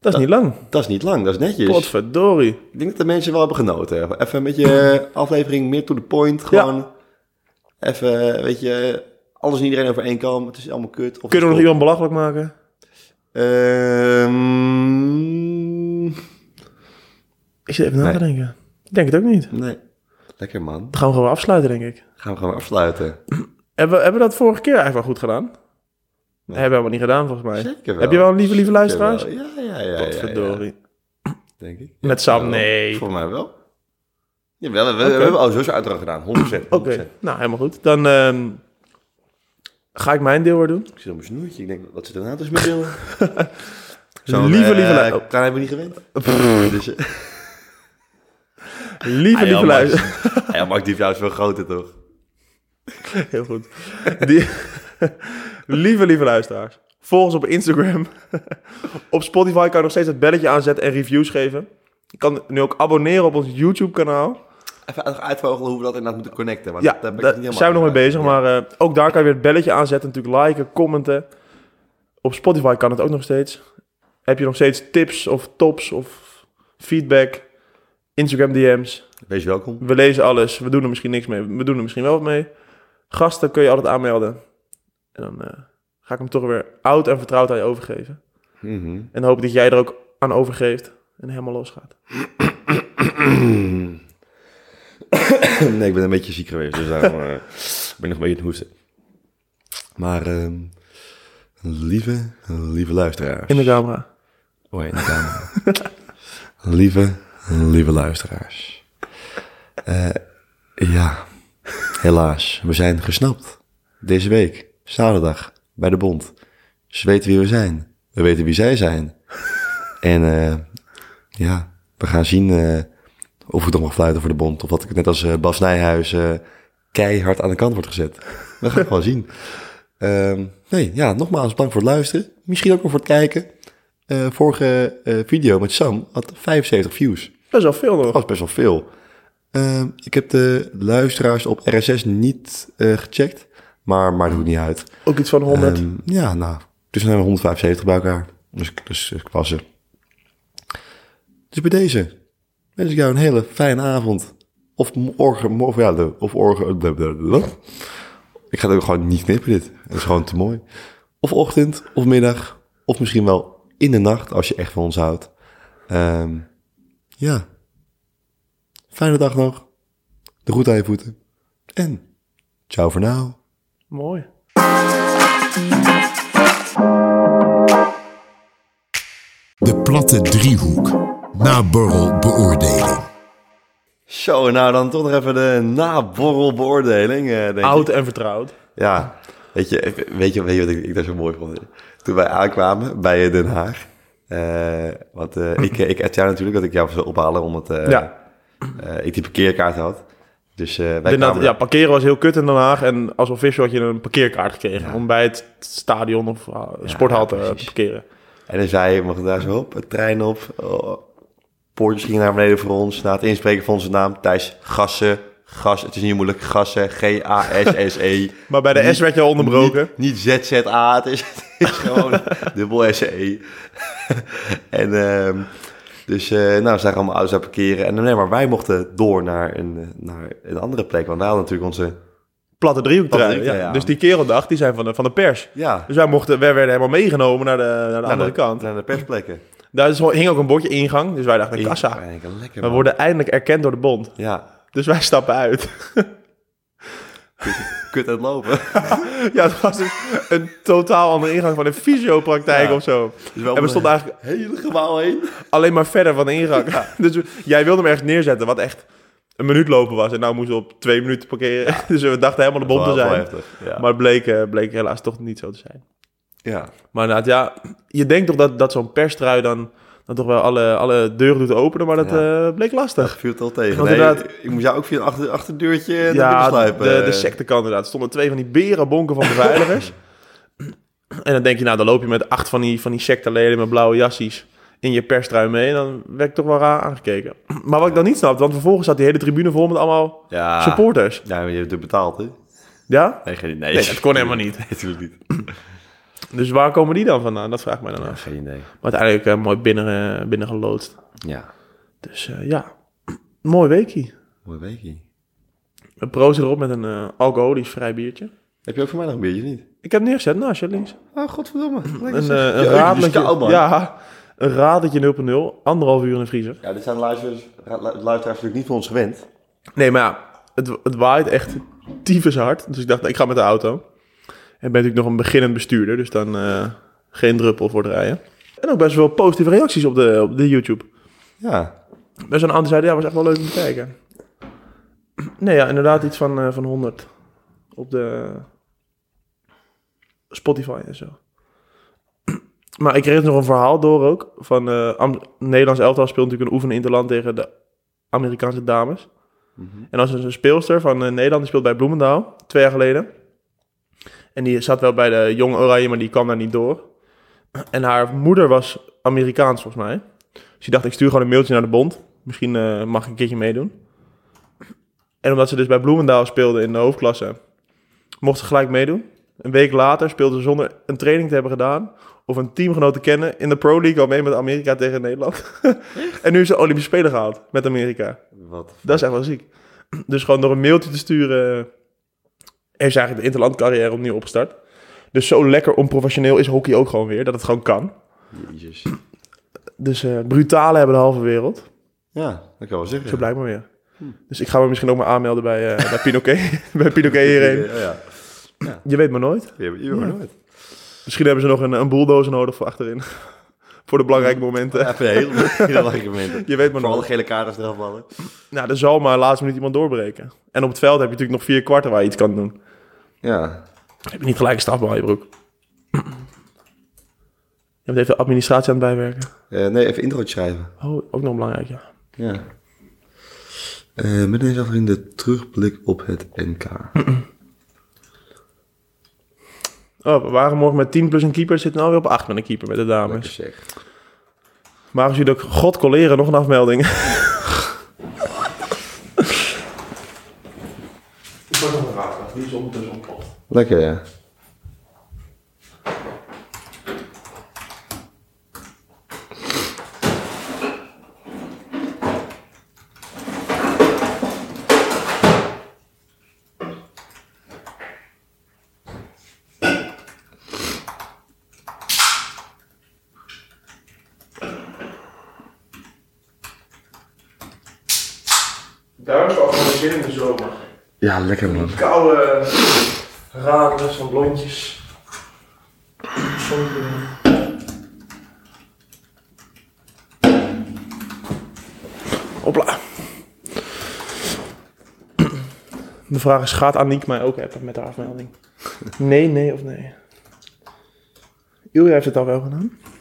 Speaker 3: Dat is niet lang.
Speaker 2: Dat is niet lang, dat is netjes.
Speaker 3: Potverdorie.
Speaker 2: Ik denk dat de mensen wel hebben genoten. Even een beetje eh, aflevering meer to the point. Gewoon even, eh, weet je, alles en iedereen over één kam. Het is allemaal kut. Of
Speaker 3: Kunnen we nog
Speaker 2: het is
Speaker 3: iemand belachelijk maken?
Speaker 2: top. Ehm,
Speaker 3: Ik zit even na
Speaker 2: Nee.
Speaker 3: te denken. Ik denk het ook niet.
Speaker 2: nee. Lekker man.
Speaker 3: Dan gaan we gewoon afsluiten, denk ik.
Speaker 2: Gaan we gewoon afsluiten.
Speaker 3: Hebben, we- hebben we dat vorige keer eigenlijk wel goed gedaan? Nee, hebben we helemaal niet gedaan, volgens mij.
Speaker 2: Zeker wel.
Speaker 3: Heb je wel een lieve, lieve luisteraars?
Speaker 2: Ja, ja, ja. ja, ja,
Speaker 3: Potverdorie.
Speaker 2: Denk ik.
Speaker 3: Met Sam,
Speaker 2: Wel,
Speaker 3: nee.
Speaker 2: Voor mij wel. Jawel, we, we hebben oh, al zo'n uitdracht gedaan. 100%. 100%.
Speaker 3: Oké, nou helemaal goed. Dan ehm, ga ik mijn deel weer doen.
Speaker 2: Ik zit op mijn snoertje. Ik denk, wat zit er nou tussen mijn billen?
Speaker 3: Lieve, lieve
Speaker 2: eh,
Speaker 3: lu- oh.
Speaker 2: Daar hebben we niet gewend. dus, eh,
Speaker 3: Lieve,
Speaker 2: ah, joh,
Speaker 3: lieve luisteraars.
Speaker 2: Max. Ah, joh, Max, die vrouw is wel groter, toch?
Speaker 3: Heel goed. Die, lieve, lieve luisteraars. Volg ons op Instagram. op Spotify kan je nog steeds het belletje aanzetten en reviews geven. Je kan nu ook abonneren op ons YouTube-kanaal.
Speaker 2: Even uit- uitvogelen hoe we dat inderdaad moeten connecten. Want
Speaker 3: Ja,
Speaker 2: Oh, dat heb ik niet
Speaker 3: daar
Speaker 2: helemaal
Speaker 3: zijn we nog mee bezig.
Speaker 2: uitgelegd.
Speaker 3: Maar eh, ook daar kan je weer het belletje aanzetten. Natuurlijk liken, commenten. Op Spotify kan het ook nog steeds. Heb je nog steeds tips of tops of feedback? Instagram DM's.
Speaker 2: Wees welkom.
Speaker 3: We lezen alles. We doen er misschien niks mee. We doen er misschien wel wat mee. Gasten kun je altijd aanmelden. En dan eh, ga ik hem toch weer oud en vertrouwd aan je overgeven.
Speaker 2: Mhm.
Speaker 3: En hoop dat jij er ook aan overgeeft en helemaal losgaat.
Speaker 2: nee, ik ben een beetje ziek geweest. Dus daarom eh, ben ik nog een beetje aan het hoesten. Maar, ehm, lieve, lieve luisteraars.
Speaker 3: In de camera.
Speaker 2: Oh, in de camera. lieve, lieve luisteraars. Eh, ja, helaas. We zijn gesnapt. Deze week, zaterdag, bij de Bond. Ze weten wie we zijn. We weten wie zij zijn. En eh, ja, we gaan zien eh, of ik nog mag fluiten voor de Bond. Of dat ik net als eh, Bas Nijhuis eh, keihard aan de kant wordt gezet. We gaan gewoon zien. Ehm, nee, ja, nogmaals bedankt voor het luisteren. Misschien ook wel voor het kijken. Eh, vorige eh, video met Sam had 75 views.
Speaker 3: Best wel veel nog.
Speaker 2: Dat was best wel veel. Ehm, ik heb de luisteraars op RSS niet eh, gecheckt, maar maakt het niet uit.
Speaker 3: Ook iets van 100.
Speaker 2: Ehm, ja, nou, dus zijn we 175 bij elkaar. Dus, dus ik was er. Dus bij deze wens ik jou een hele fijne avond. Of morgen, morgen ja, de- of morgen. blablabla. Ik ga het ook gewoon niet knippen dit. Het is gewoon te mooi. Of ochtend, of middag, of misschien wel in de nacht als je echt van ons houdt. Ehm, ja. Fijne dag nog. De goed aan je voeten. En ciao voor nou.
Speaker 3: Mooi.
Speaker 1: De platte driehoek. Naborrel beoordeling.
Speaker 2: Zo, nou dan toch nog even de naborrelbeoordeling. eh, denk ik.
Speaker 3: Oud en vertrouwd.
Speaker 2: Ja, weet je, ik- weet je, weet je wat ik, ik daar zo mooi vond? Toen wij aankwamen bij eh, Den Haag. eh, want eh, ik, eh, ik had jou natuurlijk dat ik jou zou ophalen, omdat eh,
Speaker 3: ja.
Speaker 2: eh, ik die parkeerkaart had. Dus eh, wij
Speaker 3: De na-
Speaker 2: kwamen...
Speaker 3: ja, parkeren was heel kut in Den Haag. En als official had je een parkeerkaart gekregen. Om bij het stadion of ah, sporthal te
Speaker 2: ja, precies.
Speaker 3: parkeren.
Speaker 2: En dan zei je, mag daar zo op, het trein op. oh, poortjes gingen naar beneden voor ons. Na het inspreken van onze naam, Thijs Gassen. Gas, het is niet moeilijk, Gassen, G-A-S-S-E.
Speaker 3: Maar bij de
Speaker 2: Niet-
Speaker 3: S werd je al onderbroken.
Speaker 2: Niet, niet ZZA, het is, het is gewoon dubbel SE. E. en ehm, dus, eh, nou, we zagen allemaal auto's daar parkeren. En nee, maar wij mochten door naar een, eh, naar een andere plek. Want wij hadden natuurlijk onze...
Speaker 3: Platte driehoek
Speaker 2: Platte
Speaker 3: draaien,
Speaker 2: driehoek,
Speaker 3: ja.
Speaker 2: ja.
Speaker 3: Dus die kereldag, die zijn van de, van de pers.
Speaker 2: Ja,
Speaker 3: Dus wij, mochten, wij werden helemaal meegenomen naar de, naar de andere kant.
Speaker 2: Naar de persplekken.
Speaker 3: Daar is- hing ook een bordje ingang, dus wij dachten, kassa.
Speaker 2: Ja, ik denk, lekker,
Speaker 3: We
Speaker 2: man.
Speaker 3: worden eindelijk erkend door de bond.
Speaker 2: Ja,
Speaker 3: Dus wij stappen uit.
Speaker 2: kut aan het lopen.
Speaker 3: ja, het was een, een totaal andere ingang van een fysiopraktijk
Speaker 2: Ja.
Speaker 3: of zo.
Speaker 2: Dus wel
Speaker 3: en we stonden eigenlijk
Speaker 2: hele gebouw heen.
Speaker 3: alleen maar verder van de ingang. dus we- jij wilde hem ergens neerzetten, wat echt een minuut lopen was. En nou moesten we op twee minuten parkeren. dus we dachten helemaal de bond te
Speaker 2: Wel- wel
Speaker 3: zijn.
Speaker 2: heftig, Ja.
Speaker 3: Maar het bleek, eh, bleek helaas toch niet zo te zijn.
Speaker 2: ja.
Speaker 3: Maar inderdaad, ja, je denkt toch dat, dat zo'n perstrui dan... dan toch wel alle, alle deuren doet openen, maar dat
Speaker 2: Ja.
Speaker 3: eh, bleek lastig.
Speaker 2: viel het al tegen.
Speaker 3: Want
Speaker 2: Nee,
Speaker 3: inderdaad-
Speaker 2: ik moest jou ook via een achter, achterdeurtje naar binnen
Speaker 3: Ja,
Speaker 2: sluipen.
Speaker 3: de, de sectekant inderdaad. Stonden twee van die berenbonken van beveiligers. en dan denk je, nou, dan loop je met acht van die, van die secteleden met blauwe jassies in je perstrui mee. En dan werd ik toch wel raar aangekeken. Maar wat ik dan niet snap, want vervolgens zat die hele tribune vol met allemaal
Speaker 2: Ja.
Speaker 3: supporters.
Speaker 2: Ja, maar je hebt het betaald, hè?
Speaker 3: Ja?
Speaker 2: Nee, geen idee.
Speaker 3: Nee, dat kon helemaal niet.
Speaker 2: Nee, natuurlijk niet.
Speaker 3: Dus waar komen die dan vandaan? Dat vraag ik mij dan af.
Speaker 2: Geen idee.
Speaker 3: Maar uiteindelijk eh, mooi binnen, eh, binnengeloodst.
Speaker 2: Ja,
Speaker 3: Dus eh, ja, mooi weekie.
Speaker 2: mooi weekje.
Speaker 3: We proosten erop met een eh, alcoholisch vrij biertje.
Speaker 2: Heb je ook voor mij nog een biertje, niet?
Speaker 3: Ik heb neergezet naast je links.
Speaker 2: Oh, godverdomme.
Speaker 3: Een, eh, een radertje. ja, een radertje 0.0. Anderhalf uur in de vriezer.
Speaker 2: Ja, dit zijn luisteraars, ra- lu- luisteraars natuurlijk niet van ons gewend.
Speaker 3: Nee, maar ja, het, het waait echt tyfus hard. Dus ik dacht, ik ga met de auto. En ben natuurlijk nog een beginnend bestuurder. Dus dan eh, geen druppel voor het rijden. En ook best wel positieve reacties op de, op de YouTube.
Speaker 2: Ja.
Speaker 3: Best wel een aantal zeiden, ja, was echt wel leuk om te kijken. Nee, ja, inderdaad iets van, eh, van 100 op de Spotify en zo. Maar ik kreeg dus nog een verhaal door ook. Van eh, Am- Nederlands elftal speelt natuurlijk een oefening interland tegen de Amerikaanse dames. En als een speelster van eh, Nederland, die speelt bij Bloemendaal, twee jaar geleden. En die zat wel bij de Jong Oranje, maar die kwam daar niet door. En haar moeder was Amerikaans volgens mij. Dus die dacht, ik stuur gewoon een mailtje naar de bond. Misschien eh, mag ik een keertje meedoen. En omdat ze dus bij Bloemendaal speelde in de hoofdklasse, mocht ze gelijk meedoen. Een week later speelde ze zonder een training te hebben gedaan of een teamgenoot te kennen in de Pro League al mee met Amerika tegen Nederland. en nu is ze Olympische Spelen gehaald met Amerika.
Speaker 2: Wat?
Speaker 3: Dat is echt wel ziek. Dus gewoon door een mailtje te sturen... eh, heeft ze eigenlijk de interlandcarrière opnieuw opgestart. Dus zo lekker onprofessioneel is hockey ook gewoon weer. Dat het gewoon kan.
Speaker 2: Jezus.
Speaker 3: Dus eh brutale hebben de halve wereld.
Speaker 2: Ja, dat kan ik wel zeggen.
Speaker 3: Zo blijkt maar weer. Dus ik ga me misschien ook maar aanmelden bij, eh bij Pinoquet. bij Pinoquet hierheen.
Speaker 2: Ja, ja.
Speaker 3: Je weet maar nooit.
Speaker 2: Je hebt je hoort nooit.
Speaker 3: Misschien hebben ze nog een, een bulldozer nodig voor achterin. voor de belangrijke momenten.
Speaker 2: Ja, voor de hele, hele argumenten.
Speaker 3: Je weet maar
Speaker 2: Voor alle
Speaker 3: nooit.
Speaker 2: gele kaarten eraf vallen.
Speaker 3: Nou, er zal maar laatst minuut iemand doorbreken. En op het veld heb je natuurlijk nog vier kwarten waar je iets kan doen.
Speaker 2: Ja.
Speaker 3: Heb je niet gelijk een strafbal aan je broek? Je moet even de administratie aan het bijwerken.
Speaker 2: Eh, nee, even introotje schrijven.
Speaker 3: Oh, ook nog belangrijk, ja.
Speaker 2: Ja. Eh, met deze aflevering de terugblik op het NK.
Speaker 3: Oh, we waren morgen met 10 plus een keeper. Zitten nou weer op 8 met een keeper met de dames.
Speaker 2: Gezegd.
Speaker 3: Maar als jullie ook god colleren, nog een afmelding. Ik word nog een raar, die is ondertussen ontploft.
Speaker 2: Lekker, ja.
Speaker 3: Daar is wel gewoon zin in de zomer.
Speaker 2: Ja, lekker man.
Speaker 3: Koude raderen van blondjes. Zonnebril. Hopla. De vraag is, gaat Aniek mij ook appen met haar afmelding? Nee, nee of nee? Ilja heeft het al wel gedaan.